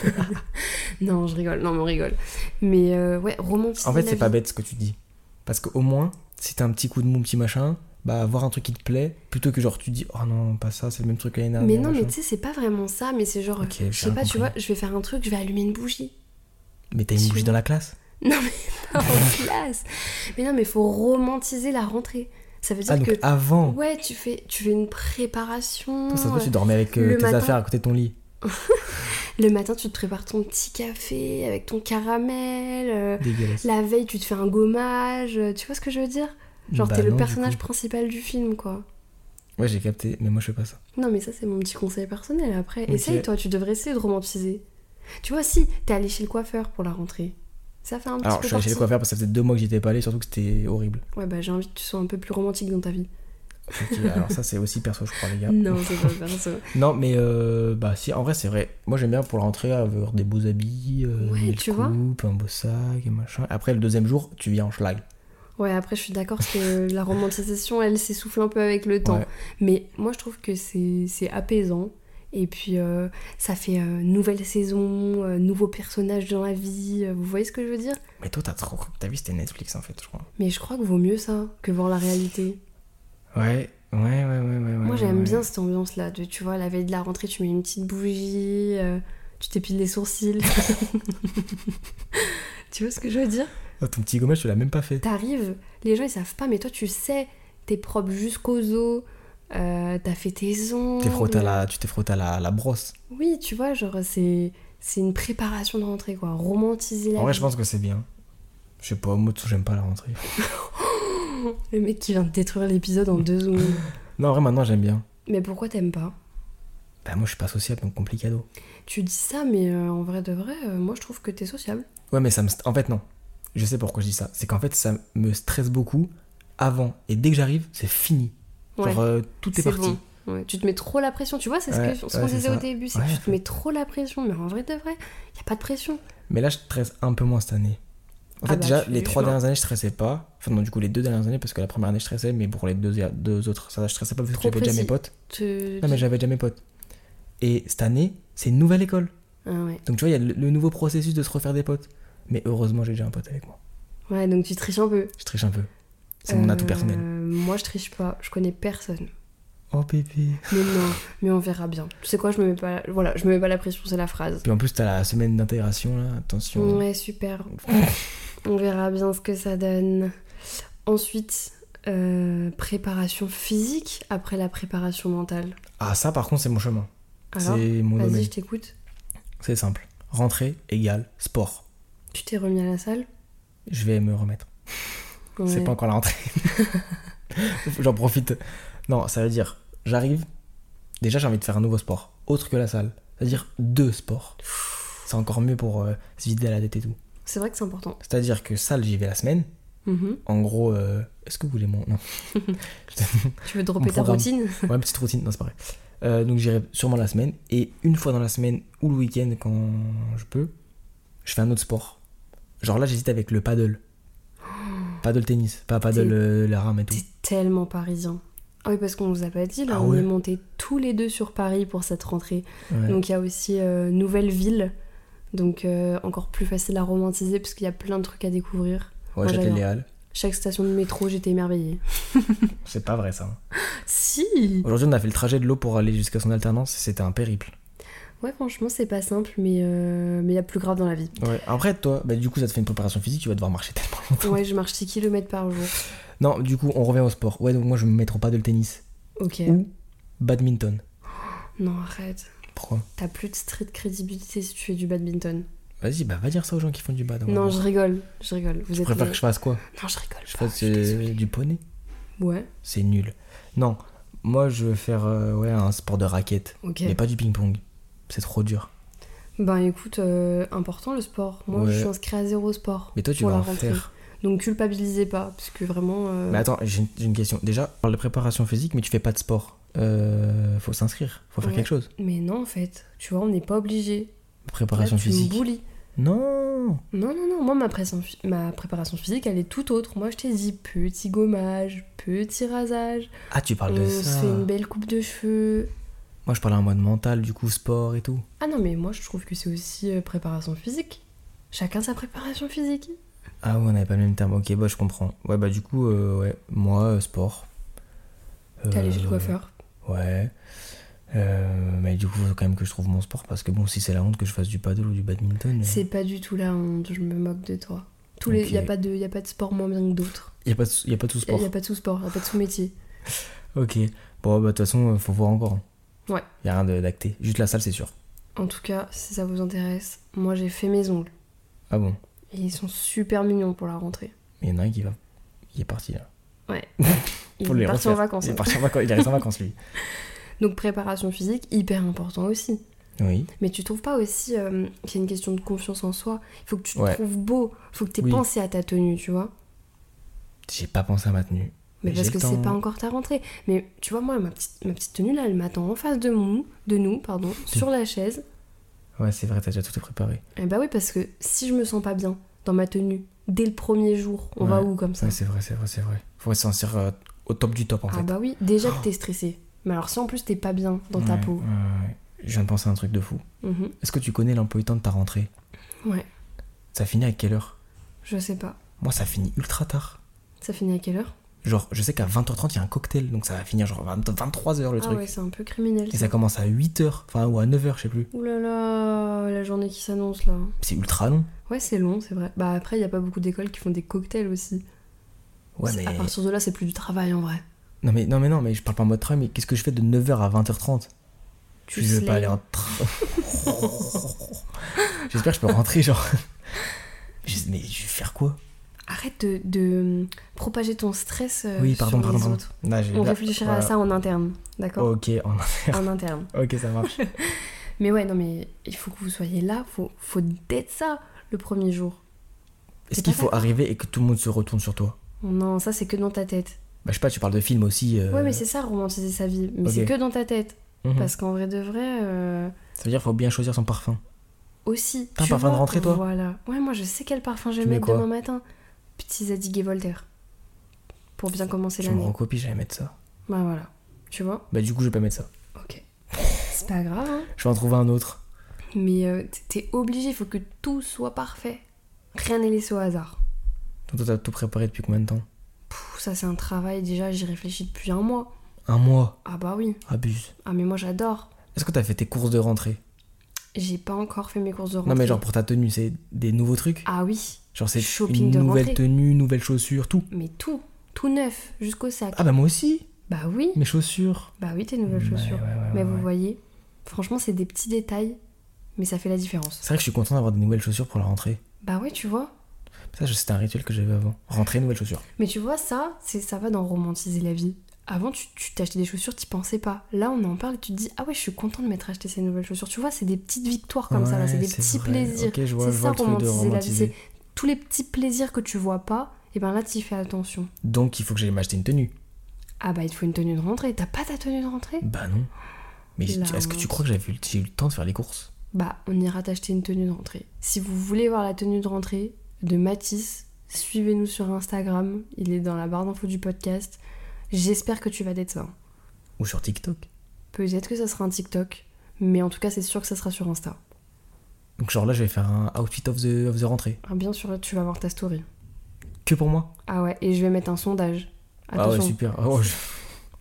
[SPEAKER 1] non, je rigole. Non, mais on rigole. Mais euh, ouais, romantiser.
[SPEAKER 2] En fait,
[SPEAKER 1] la
[SPEAKER 2] c'est pas
[SPEAKER 1] vie.
[SPEAKER 2] bête ce que tu dis. Parce qu'au moins, si t'as un petit coup de mou, petit machin, bah, voir un truc qui te plaît, plutôt que genre tu dis, oh non, pas ça, c'est le même truc l'année dernière.
[SPEAKER 1] Mais non, mais
[SPEAKER 2] machin.
[SPEAKER 1] tu sais, c'est pas vraiment ça. Mais c'est genre,
[SPEAKER 2] Ok, j'ai
[SPEAKER 1] je sais pas,
[SPEAKER 2] rien
[SPEAKER 1] tu vois,
[SPEAKER 2] compris.
[SPEAKER 1] je vais faire un truc, je vais allumer une bougie.
[SPEAKER 2] Mais t'as une
[SPEAKER 1] tu-
[SPEAKER 2] bougie dans la classe
[SPEAKER 1] Non, mais non, en classe. Mais non, mais faut romantiser la rentrée. Ça veut dire
[SPEAKER 2] Ah, donc
[SPEAKER 1] que.
[SPEAKER 2] avant
[SPEAKER 1] Ouais, tu fais, tu fais une préparation.
[SPEAKER 2] Toi, ça se voit,
[SPEAKER 1] euh,
[SPEAKER 2] tu dormais avec euh,
[SPEAKER 1] Le
[SPEAKER 2] tes
[SPEAKER 1] matin.
[SPEAKER 2] affaires à côté de ton lit.
[SPEAKER 1] Le matin, tu te prépares ton petit café avec ton caramel. euh,
[SPEAKER 2] Dégueulasse.
[SPEAKER 1] La veille, tu te fais un gommage. euh, Tu vois ce que je veux dire Genre,
[SPEAKER 2] Bah
[SPEAKER 1] t'es le
[SPEAKER 2] non, du
[SPEAKER 1] personnage
[SPEAKER 2] coup.
[SPEAKER 1] principal du film, quoi.
[SPEAKER 2] Ouais, j'ai capté, mais moi je fais pas ça.
[SPEAKER 1] Non, mais ça, c'est mon petit conseil personnel. Après,
[SPEAKER 2] Ok.
[SPEAKER 1] essaye, toi, tu devrais essayer de romantiser. Tu vois, si, t'es allé chez le coiffeur pour la rentrée. Ça fait un petit
[SPEAKER 2] Alors,
[SPEAKER 1] peu
[SPEAKER 2] je suis allé chez le
[SPEAKER 1] partie.
[SPEAKER 2] coiffeur parce que ça faisait deux mois que j'étais pas allé, surtout que c'était horrible.
[SPEAKER 1] Ouais, bah j'ai envie que tu sois un peu plus romantique dans ta vie.
[SPEAKER 2] Ok, alors ça, c'est aussi perso, je crois, les gars.
[SPEAKER 1] Non, c'est pas perso.
[SPEAKER 2] Non, mais euh, bah si, en vrai, c'est vrai. Moi, j'aime bien pour la rentrée avoir des beaux habits, euh,
[SPEAKER 1] Ouais,
[SPEAKER 2] une belle
[SPEAKER 1] tu vois.
[SPEAKER 2] coupe, un beau sac et machin. Après, le deuxième jour, tu viens en schlag.
[SPEAKER 1] Ouais, après, je suis d'accord parce que la romantisation, elle s'essouffle un peu avec le temps.
[SPEAKER 2] Ouais.
[SPEAKER 1] Mais moi, je trouve que c'est c'est apaisant. Et puis, euh, ça fait euh, nouvelle saison, euh, nouveaux personnages dans la vie. euh, Vous voyez ce que je veux dire
[SPEAKER 2] Mais toi, t'as trop. T'as vu, c'était Netflix en fait, je crois.
[SPEAKER 1] Mais je crois que vaut mieux ça que voir la réalité.
[SPEAKER 2] Ouais, ouais, ouais, ouais. ouais
[SPEAKER 1] Moi,
[SPEAKER 2] ouais,
[SPEAKER 1] j'aime
[SPEAKER 2] ouais.
[SPEAKER 1] bien cette ambiance-là. de- Tu vois, la veille de la rentrée, tu mets une petite bougie, euh, tu t'épiles les sourcils. tu vois ce que je veux dire
[SPEAKER 2] Ah, ton petit gommage, tu l'as même pas fait.
[SPEAKER 1] T'arrives, les gens ils savent pas, mais toi tu sais, t'es propre jusqu'aux os, euh, t'as fait tes ongles.
[SPEAKER 2] T'es frotté à la, tu t'es frotté à la, la brosse.
[SPEAKER 1] Oui, tu vois, genre c'est c'est une préparation de rentrée quoi, romantiser la
[SPEAKER 2] En vrai,
[SPEAKER 1] vie.
[SPEAKER 2] je pense que c'est bien. Je sais pas, moi, de toute façon, j'aime pas la rentrée.
[SPEAKER 1] Le mec qui vient de détruire l'épisode en deux secondes.
[SPEAKER 2] Non, en vrai, maintenant, j'aime bien.
[SPEAKER 1] Mais pourquoi t'aimes pas
[SPEAKER 2] Bah, moi, je suis pas sociable, donc complicado.
[SPEAKER 1] Tu dis ça, mais euh, en vrai de vrai, euh, moi je trouve que t'es sociable.
[SPEAKER 2] Ouais, mais ça me. st- En fait, non. Je sais pourquoi je dis ça. C'est qu'en fait, ça me stresse beaucoup avant. Et dès que j'arrive, c'est fini. Genre,
[SPEAKER 1] Ouais,
[SPEAKER 2] euh, tout
[SPEAKER 1] c'est
[SPEAKER 2] est, parti.
[SPEAKER 1] bon. Ouais, tu te mets trop la pression, tu vois, c'est ce
[SPEAKER 2] Ouais,
[SPEAKER 1] que- ce qu'on
[SPEAKER 2] ouais, c'est
[SPEAKER 1] disait au
[SPEAKER 2] ça.
[SPEAKER 1] début, c'est que
[SPEAKER 2] Ouais.
[SPEAKER 1] tu te mets trop la pression, mais en vrai de vrai, y a pas de pression.
[SPEAKER 2] Mais là, je stresse un peu moins cette année. En
[SPEAKER 1] Ah bah,
[SPEAKER 2] fait, déjà,
[SPEAKER 1] tu fais
[SPEAKER 2] les
[SPEAKER 1] du
[SPEAKER 2] trois
[SPEAKER 1] chemin.
[SPEAKER 2] dernières années, je stressais pas. Enfin, non, du coup, les deux dernières années, parce que la première année, je stressais, mais pour les deux, deux autres, ça, je stressais pas parce que
[SPEAKER 1] Trop
[SPEAKER 2] j'avais déjà
[SPEAKER 1] précis.
[SPEAKER 2] mes potes.
[SPEAKER 1] Te-
[SPEAKER 2] Non, mais j'avais déjà mes potes. Et cette année, c'est une nouvelle école.
[SPEAKER 1] Ah ouais.
[SPEAKER 2] Donc, tu vois, il y a le, le nouveau processus de se refaire des potes. Mais heureusement, j'ai déjà un pote avec moi.
[SPEAKER 1] ouais, donc tu triches un peu.
[SPEAKER 2] Je triche un peu. C'est mon atout
[SPEAKER 1] Euh,
[SPEAKER 2] personnel.
[SPEAKER 1] Moi, je triche pas. Je connais personne. Euh.
[SPEAKER 2] Oh, pépé.
[SPEAKER 1] Mais non, mais on verra bien. Tu sais quoi, je me mets pas. Voilà, je me mets pas la pression, c'est la phrase.
[SPEAKER 2] Puis en plus, t'as la semaine d'intégration, là. Attention.
[SPEAKER 1] Ouais, super. On verra bien ce que ça donne. Ensuite, euh, préparation physique après la préparation mentale.
[SPEAKER 2] Ah, ça, par contre, c'est mon chemin.
[SPEAKER 1] Alors,
[SPEAKER 2] C'est mon
[SPEAKER 1] vas-y,
[SPEAKER 2] domaine.
[SPEAKER 1] je t'écoute.
[SPEAKER 2] C'est simple. Rentrée égale sport.
[SPEAKER 1] Tu t'es remis à la salle
[SPEAKER 2] Je vais me remettre. C'est
[SPEAKER 1] Ouais.
[SPEAKER 2] pas encore la rentrée. J'en profite. Non, ça veut dire, j'arrive. Déjà, j'ai envie de faire un nouveau sport, autre que la salle. C'est-à-dire deux sports. C'est encore mieux pour euh, se vider à la tête et tout.
[SPEAKER 1] C'est vrai que c'est important.
[SPEAKER 2] C'est-à-dire que salle, j'y vais la semaine.
[SPEAKER 1] Mhm.
[SPEAKER 2] En gros, euh, est-ce que vous voulez mon. Non.
[SPEAKER 1] Tu veux dropper ta
[SPEAKER 2] programme.
[SPEAKER 1] routine
[SPEAKER 2] Ouais, petite routine, non, c'est pas vrai. Euh, donc j'irai sûrement la semaine. Et une fois dans la semaine ou le week-end quand je peux, je fais un autre sport. Genre là, j'hésite avec le paddle. Paddle tennis, pas paddle
[SPEAKER 1] T'es-
[SPEAKER 2] euh, la rame et tout.
[SPEAKER 1] T'es tellement parisien. Ah oui, parce qu'on vous a pas dit, là,
[SPEAKER 2] Ah
[SPEAKER 1] on
[SPEAKER 2] ouais.
[SPEAKER 1] est montés tous les deux sur Paris pour cette rentrée.
[SPEAKER 2] Ouais.
[SPEAKER 1] Donc il y a aussi euh, Nouvelle Ville, donc euh, encore plus facile à romantiser parce qu'il y a plein de trucs à découvrir.
[SPEAKER 2] ouais,
[SPEAKER 1] moi,
[SPEAKER 2] j'appelle
[SPEAKER 1] j'adore.
[SPEAKER 2] les halles.
[SPEAKER 1] Chaque station de métro, j'étais émerveillée.
[SPEAKER 2] C'est pas vrai ça. hein.
[SPEAKER 1] Si
[SPEAKER 2] Aujourd'hui, on a fait le trajet de l'eau pour aller jusqu'à son alternance. C'était un périple.
[SPEAKER 1] Ouais, franchement, c'est pas simple, mais euh, mais il y a plus grave dans la vie.
[SPEAKER 2] Ouais. Après, toi, bah, du coup, ça te fait une préparation physique. Tu vas devoir marcher tellement longtemps.
[SPEAKER 1] Ouais, je marche 6 km par jour.
[SPEAKER 2] Non, du coup, on revient au sport. Ouais, donc moi, je vais me mettre au paddle tennis
[SPEAKER 1] Ok.
[SPEAKER 2] ou badminton.
[SPEAKER 1] Non, arrête.
[SPEAKER 2] Pourquoi
[SPEAKER 1] T'as plus de street crédibilité si tu fais du badminton.
[SPEAKER 2] Vas-y, bah va dire ça aux gens qui font du bad. on va
[SPEAKER 1] non,
[SPEAKER 2] voir.
[SPEAKER 1] je rigole, je rigole. Vous
[SPEAKER 2] Tu
[SPEAKER 1] êtes.
[SPEAKER 2] préfères
[SPEAKER 1] mes-
[SPEAKER 2] que je fasse quoi
[SPEAKER 1] Non, je rigole.
[SPEAKER 2] Je
[SPEAKER 1] pas,
[SPEAKER 2] fasse
[SPEAKER 1] suis
[SPEAKER 2] euh,
[SPEAKER 1] désolée.
[SPEAKER 2] du poney
[SPEAKER 1] Ouais,
[SPEAKER 2] C'est nul. Non, moi je veux faire euh, ouais, un sport de raquette,
[SPEAKER 1] ok.
[SPEAKER 2] mais pas du ping-pong. C'est trop dur.
[SPEAKER 1] Ben écoute, euh, important le sport. Moi, je
[SPEAKER 2] Ouais.
[SPEAKER 1] suis inscrite à zéro sport.
[SPEAKER 2] Mais toi tu
[SPEAKER 1] pour
[SPEAKER 2] vas
[SPEAKER 1] la
[SPEAKER 2] en
[SPEAKER 1] rentrée.
[SPEAKER 2] faire. Bah,
[SPEAKER 1] Donc culpabilisez pas, parce que vraiment. euh,
[SPEAKER 2] Mais attends, j'ai une, j'ai une question. Déjà, on parle de préparation physique, mais tu fais pas de sport. Euh, faut s'inscrire, faut faire
[SPEAKER 1] Ouais.
[SPEAKER 2] quelque chose.
[SPEAKER 1] Mais non, en fait, tu vois, on n'est pas obligé. Là, tu
[SPEAKER 2] Préparation
[SPEAKER 1] me
[SPEAKER 2] physique.
[SPEAKER 1] boulis.
[SPEAKER 2] Non
[SPEAKER 1] Non, non, non, moi, ma, pression- ma préparation physique, elle est tout autre. Moi, je t'ai dit petit gommage, petit rasage,
[SPEAKER 2] Ah, tu parles de
[SPEAKER 1] on se
[SPEAKER 2] ça.
[SPEAKER 1] fait Euh, une belle coupe de cheveux.
[SPEAKER 2] Moi je parle en mode mental, du coup, sport et tout.
[SPEAKER 1] Ah non, mais moi, je trouve que c'est aussi euh, préparation physique. Chacun sa préparation physique.
[SPEAKER 2] Ah ouais, on n'avait pas le même terme. Ok, bah je comprends. Ouais, bah du coup, euh, ouais, moi, euh, sport.
[SPEAKER 1] T'es allé chez
[SPEAKER 2] Euh,
[SPEAKER 1] le coiffeur.
[SPEAKER 2] Ouais. Euh, mais du coup, faut quand même que je trouve mon sport parce que bon, si c'est la honte que je fasse du paddle ou du badminton, euh,
[SPEAKER 1] C'est pas du tout la honte, je me moque de toi. Tous les,
[SPEAKER 2] Mm. Ok.
[SPEAKER 1] y a pas de, y a pas de sport moins bien que d'autres.
[SPEAKER 2] il y a pas de, sou- y a pas de
[SPEAKER 1] Y a,
[SPEAKER 2] sous-sport.
[SPEAKER 1] y a pas de sous-sport, y a pas de sous-métier.
[SPEAKER 2] Ok. Bon, bah de toute façon, euh, faut voir encore.
[SPEAKER 1] Ouais.
[SPEAKER 2] Il y a rien de- d'acté. Juste la salle, c'est sûr.
[SPEAKER 1] En tout cas, si ça vous intéresse, moi, j'ai fait mes ongles.
[SPEAKER 2] Ah bon.
[SPEAKER 1] Et ils sont super mignons pour la rentrée.
[SPEAKER 2] Mais il y en a un qui va, il est parti là.
[SPEAKER 1] Il
[SPEAKER 2] Faut le
[SPEAKER 1] est parti en
[SPEAKER 2] refaire.
[SPEAKER 1] vacances. hein.
[SPEAKER 2] Il est parti en vacances. Il est resté en vacances lui.
[SPEAKER 1] Donc préparation physique, hyper important aussi.
[SPEAKER 2] Oui.
[SPEAKER 1] Mais tu trouves pas aussi euh, qu'il y a une question de confiance en soi Il faut que tu te
[SPEAKER 2] Ouais.
[SPEAKER 1] trouves beau, il faut que tu aies
[SPEAKER 2] Oui.
[SPEAKER 1] pensé à ta tenue, tu vois.
[SPEAKER 2] J'ai pas pensé à ma tenue.
[SPEAKER 1] Mais
[SPEAKER 2] J'ai
[SPEAKER 1] parce
[SPEAKER 2] le
[SPEAKER 1] que
[SPEAKER 2] temps.
[SPEAKER 1] c'est pas encore ta rentrée. Mais tu vois, moi, ma petite, ma petite tenue, là, elle m'attend en face de, nous, de nous, pardon,
[SPEAKER 2] Mm.
[SPEAKER 1] sur la chaise.
[SPEAKER 2] Ouais, c'est vrai, t'as déjà tout préparé.
[SPEAKER 1] Et bah oui, parce que si je me sens pas bien dans ma tenue, dès le premier jour, on va
[SPEAKER 2] Ouais.
[SPEAKER 1] où comme ça
[SPEAKER 2] Ouais, c'est vrai, c'est vrai, c'est vrai. Faut se sentir euh, au top du top en
[SPEAKER 1] Ah
[SPEAKER 2] fait. Oh.
[SPEAKER 1] bah oui, déjà que t'es stressé. Mais alors si en plus t'es pas bien dans ta
[SPEAKER 2] Ouais,
[SPEAKER 1] peau.
[SPEAKER 2] ouais, ouais. Je viens de penser à un truc de fou.
[SPEAKER 1] Mhm.
[SPEAKER 2] Est-ce que tu connais l'emploi du temps de ta rentrée
[SPEAKER 1] Ouais,
[SPEAKER 2] Ça finit à quelle heure
[SPEAKER 1] je sais pas.
[SPEAKER 2] Moi, ça finit ultra tard.
[SPEAKER 1] Ça finit à quelle heure
[SPEAKER 2] Genre, je sais qu'à 20h30, il y a un cocktail, donc ça va finir genre 20 23h le
[SPEAKER 1] Ah
[SPEAKER 2] truc.
[SPEAKER 1] ouais, c'est un peu criminel.
[SPEAKER 2] Et
[SPEAKER 1] ça.
[SPEAKER 2] ça commence à 8h, enfin, ou à 9h, je sais plus.
[SPEAKER 1] Ouh là là, la journée qui s'annonce là.
[SPEAKER 2] C'est ultra long.
[SPEAKER 1] Ouais, c'est long, c'est vrai. Bah après, y a pas beaucoup d'écoles qui font des cocktails aussi.
[SPEAKER 2] Ouais,
[SPEAKER 1] C'est-
[SPEAKER 2] mais.
[SPEAKER 1] À partir de là, c'est plus du travail en vrai.
[SPEAKER 2] Non, mais non, mais non, mais je parle pas en mode travail, mais qu'est-ce que je fais de 9h à 20h30 Je
[SPEAKER 1] Tu
[SPEAKER 2] vais
[SPEAKER 1] slay.
[SPEAKER 2] pas aller en train. J'espère que je peux rentrer, genre. Je- Mais je vais faire quoi
[SPEAKER 1] Arrête de, de, euh, propager ton stress euh,
[SPEAKER 2] Oui, pardon,
[SPEAKER 1] sur
[SPEAKER 2] pardon,
[SPEAKER 1] les
[SPEAKER 2] pardon.
[SPEAKER 1] autres.
[SPEAKER 2] Là, j'ai-
[SPEAKER 1] On
[SPEAKER 2] là,
[SPEAKER 1] réfléchira à
[SPEAKER 2] voilà.
[SPEAKER 1] ça en interne, d'accord
[SPEAKER 2] Ok, en-
[SPEAKER 1] En interne.
[SPEAKER 2] ok, ça marche.
[SPEAKER 1] Mais ouais, non mais il faut que vous soyez là, faut, faut d'être ça le premier jour.
[SPEAKER 2] Est-ce
[SPEAKER 1] C'est
[SPEAKER 2] qu'il
[SPEAKER 1] pas
[SPEAKER 2] faut arriver et que tout le monde se retourne sur toi
[SPEAKER 1] Non, ça c'est que dans ta tête.
[SPEAKER 2] Bah, je sais pas, tu parles de films aussi. euh,
[SPEAKER 1] Ouais, mais c'est ça, romantiser sa vie. Mais
[SPEAKER 2] ok.
[SPEAKER 1] c'est que dans ta tête.
[SPEAKER 2] mhm.
[SPEAKER 1] Parce qu'en vrai de vrai, euh,
[SPEAKER 2] Ça veut dire qu'il faut bien choisir son parfum.
[SPEAKER 1] aussi.
[SPEAKER 2] T'as un
[SPEAKER 1] tu
[SPEAKER 2] parfum de
[SPEAKER 1] vois,
[SPEAKER 2] rentrée, toi
[SPEAKER 1] Voilà. Ouais, moi je sais quel parfum je vais
[SPEAKER 2] Tu mets
[SPEAKER 1] mettre
[SPEAKER 2] quoi
[SPEAKER 1] demain matin. Petit Zadig et Voltaire. Pour bien commencer
[SPEAKER 2] Je me
[SPEAKER 1] l'année.
[SPEAKER 2] recopie, j'allais mettre ça.
[SPEAKER 1] Bah voilà. Tu vois
[SPEAKER 2] Bah, du coup, je vais pas mettre ça.
[SPEAKER 1] Ok. C'est pas grave, hein.
[SPEAKER 2] Je vais en trouver un autre.
[SPEAKER 1] Mais euh, t- t'es obligé, il faut que tout soit parfait. Rien n'est laissé au hasard.
[SPEAKER 2] Donc, toi, t'as tout préparé depuis combien de temps
[SPEAKER 1] Pouf, ça c'est un travail, déjà j'y réfléchis depuis un mois.
[SPEAKER 2] Un mois.
[SPEAKER 1] Ah bah oui.
[SPEAKER 2] Abuse.
[SPEAKER 1] Ah mais moi j'adore.
[SPEAKER 2] Est-ce que t'as fait tes courses de rentrée
[SPEAKER 1] J'ai pas encore fait mes courses de rentrée.
[SPEAKER 2] Non, mais genre pour ta tenue, c'est des nouveaux trucs
[SPEAKER 1] Ah oui,
[SPEAKER 2] Genre, c'est
[SPEAKER 1] shopping
[SPEAKER 2] une
[SPEAKER 1] de
[SPEAKER 2] nouvelle
[SPEAKER 1] rentrée.
[SPEAKER 2] tenue, nouvelles chaussures, tout.
[SPEAKER 1] mais tout, tout neuf, jusqu'au sac.
[SPEAKER 2] Ah, bah, moi aussi
[SPEAKER 1] Bah oui,
[SPEAKER 2] Mes chaussures.
[SPEAKER 1] bah oui tes nouvelles
[SPEAKER 2] Ouais,
[SPEAKER 1] chaussures.
[SPEAKER 2] ouais, ouais,
[SPEAKER 1] mais
[SPEAKER 2] ouais,
[SPEAKER 1] vous
[SPEAKER 2] ouais.
[SPEAKER 1] voyez, franchement c'est des petits détails, mais ça fait la différence.
[SPEAKER 2] C'est vrai que je suis content d'avoir des nouvelles chaussures pour la rentrée.
[SPEAKER 1] Bah ouais tu vois.
[SPEAKER 2] Ça, je- c'était un rituel que j'avais avant. Rentrée, nouvelles chaussures.
[SPEAKER 1] Mais tu vois ça, c'est ça va dans romantiser la vie. Avant tu tu t'achetais des chaussures, t'y pensais pas. Là on en parle et tu te dis ah ouais je suis content de m'être acheté ces nouvelles chaussures. Tu vois c'est des petites victoires comme ça là, c'est des
[SPEAKER 2] Ouais,
[SPEAKER 1] petits
[SPEAKER 2] vrai.
[SPEAKER 1] plaisirs.
[SPEAKER 2] Ok, je vois,
[SPEAKER 1] C'est
[SPEAKER 2] je
[SPEAKER 1] ça
[SPEAKER 2] vois le truc de
[SPEAKER 1] romantiser la vie.
[SPEAKER 2] romantiser.
[SPEAKER 1] C'est tous les petits plaisirs que tu vois pas, et ben là tu y fais attention.
[SPEAKER 2] Donc il faut que j'aille m'acheter une tenue.
[SPEAKER 1] Ah bah il te faut une tenue de rentrée. T'as pas ta tenue de rentrée
[SPEAKER 2] Bah non. Mais j'ai-
[SPEAKER 1] La
[SPEAKER 2] est-ce que tu
[SPEAKER 1] honte.
[SPEAKER 2] crois que j'avais eu- j'ai eu le temps de faire les courses
[SPEAKER 1] Bah on ira t'acheter une tenue de rentrée. Si vous voulez voir la tenue de rentrée de Matisse, suivez-nous sur Instagram. Il est dans la barre d'infos du podcast. J'espère que tu vas d'être ça.
[SPEAKER 2] Ou sur TikTok
[SPEAKER 1] Peut-être que ça sera un TikTok, mais en tout cas c'est sûr que ça sera sur Insta.
[SPEAKER 2] Donc genre là, je vais faire un outfit of the, of the rentrée.
[SPEAKER 1] Ah, bien sûr tu vas voir ta story.
[SPEAKER 2] Que pour moi
[SPEAKER 1] Ah ouais et je vais mettre un sondage.
[SPEAKER 2] Ah ouais,
[SPEAKER 1] Attention.
[SPEAKER 2] super. Oh, je-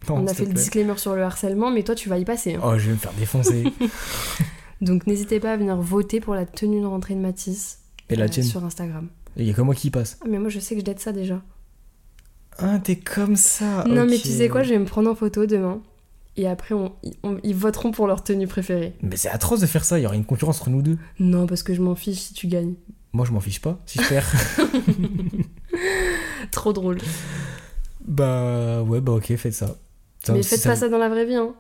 [SPEAKER 2] Non,
[SPEAKER 1] on a
[SPEAKER 2] s'il te
[SPEAKER 1] fait le
[SPEAKER 2] plaît.
[SPEAKER 1] disclaimer sur le harcèlement, mais toi tu vas y passer. hein.
[SPEAKER 2] Oh, je vais me faire défoncer.
[SPEAKER 1] Donc n'hésitez pas à venir voter pour la tenue de rentrée de Matisse
[SPEAKER 2] Et la
[SPEAKER 1] euh,
[SPEAKER 2] tienne
[SPEAKER 1] sur Instagram.
[SPEAKER 2] Il y a que moi qui y passe.
[SPEAKER 1] Ah mais moi je sais que je date ça déjà.
[SPEAKER 2] Ah, t'es comme ça.
[SPEAKER 1] non
[SPEAKER 2] Ah, ok.
[SPEAKER 1] mais tu sais quoi, je vais me prendre en photo demain et après on, ils- on- ils voteront pour leur tenue préférée.
[SPEAKER 2] Mais c'est atroce de faire ça, il y aura une concurrence entre nous deux.
[SPEAKER 1] Non parce que je m'en fiche si tu gagnes.
[SPEAKER 2] Moi, je m'en fiche pas, si je perds.
[SPEAKER 1] Trop drôle.
[SPEAKER 2] bah ouais, bah ok, faites ça. Ça-
[SPEAKER 1] mais faites
[SPEAKER 2] ça-
[SPEAKER 1] pas ça dans la vraie vie. Hein.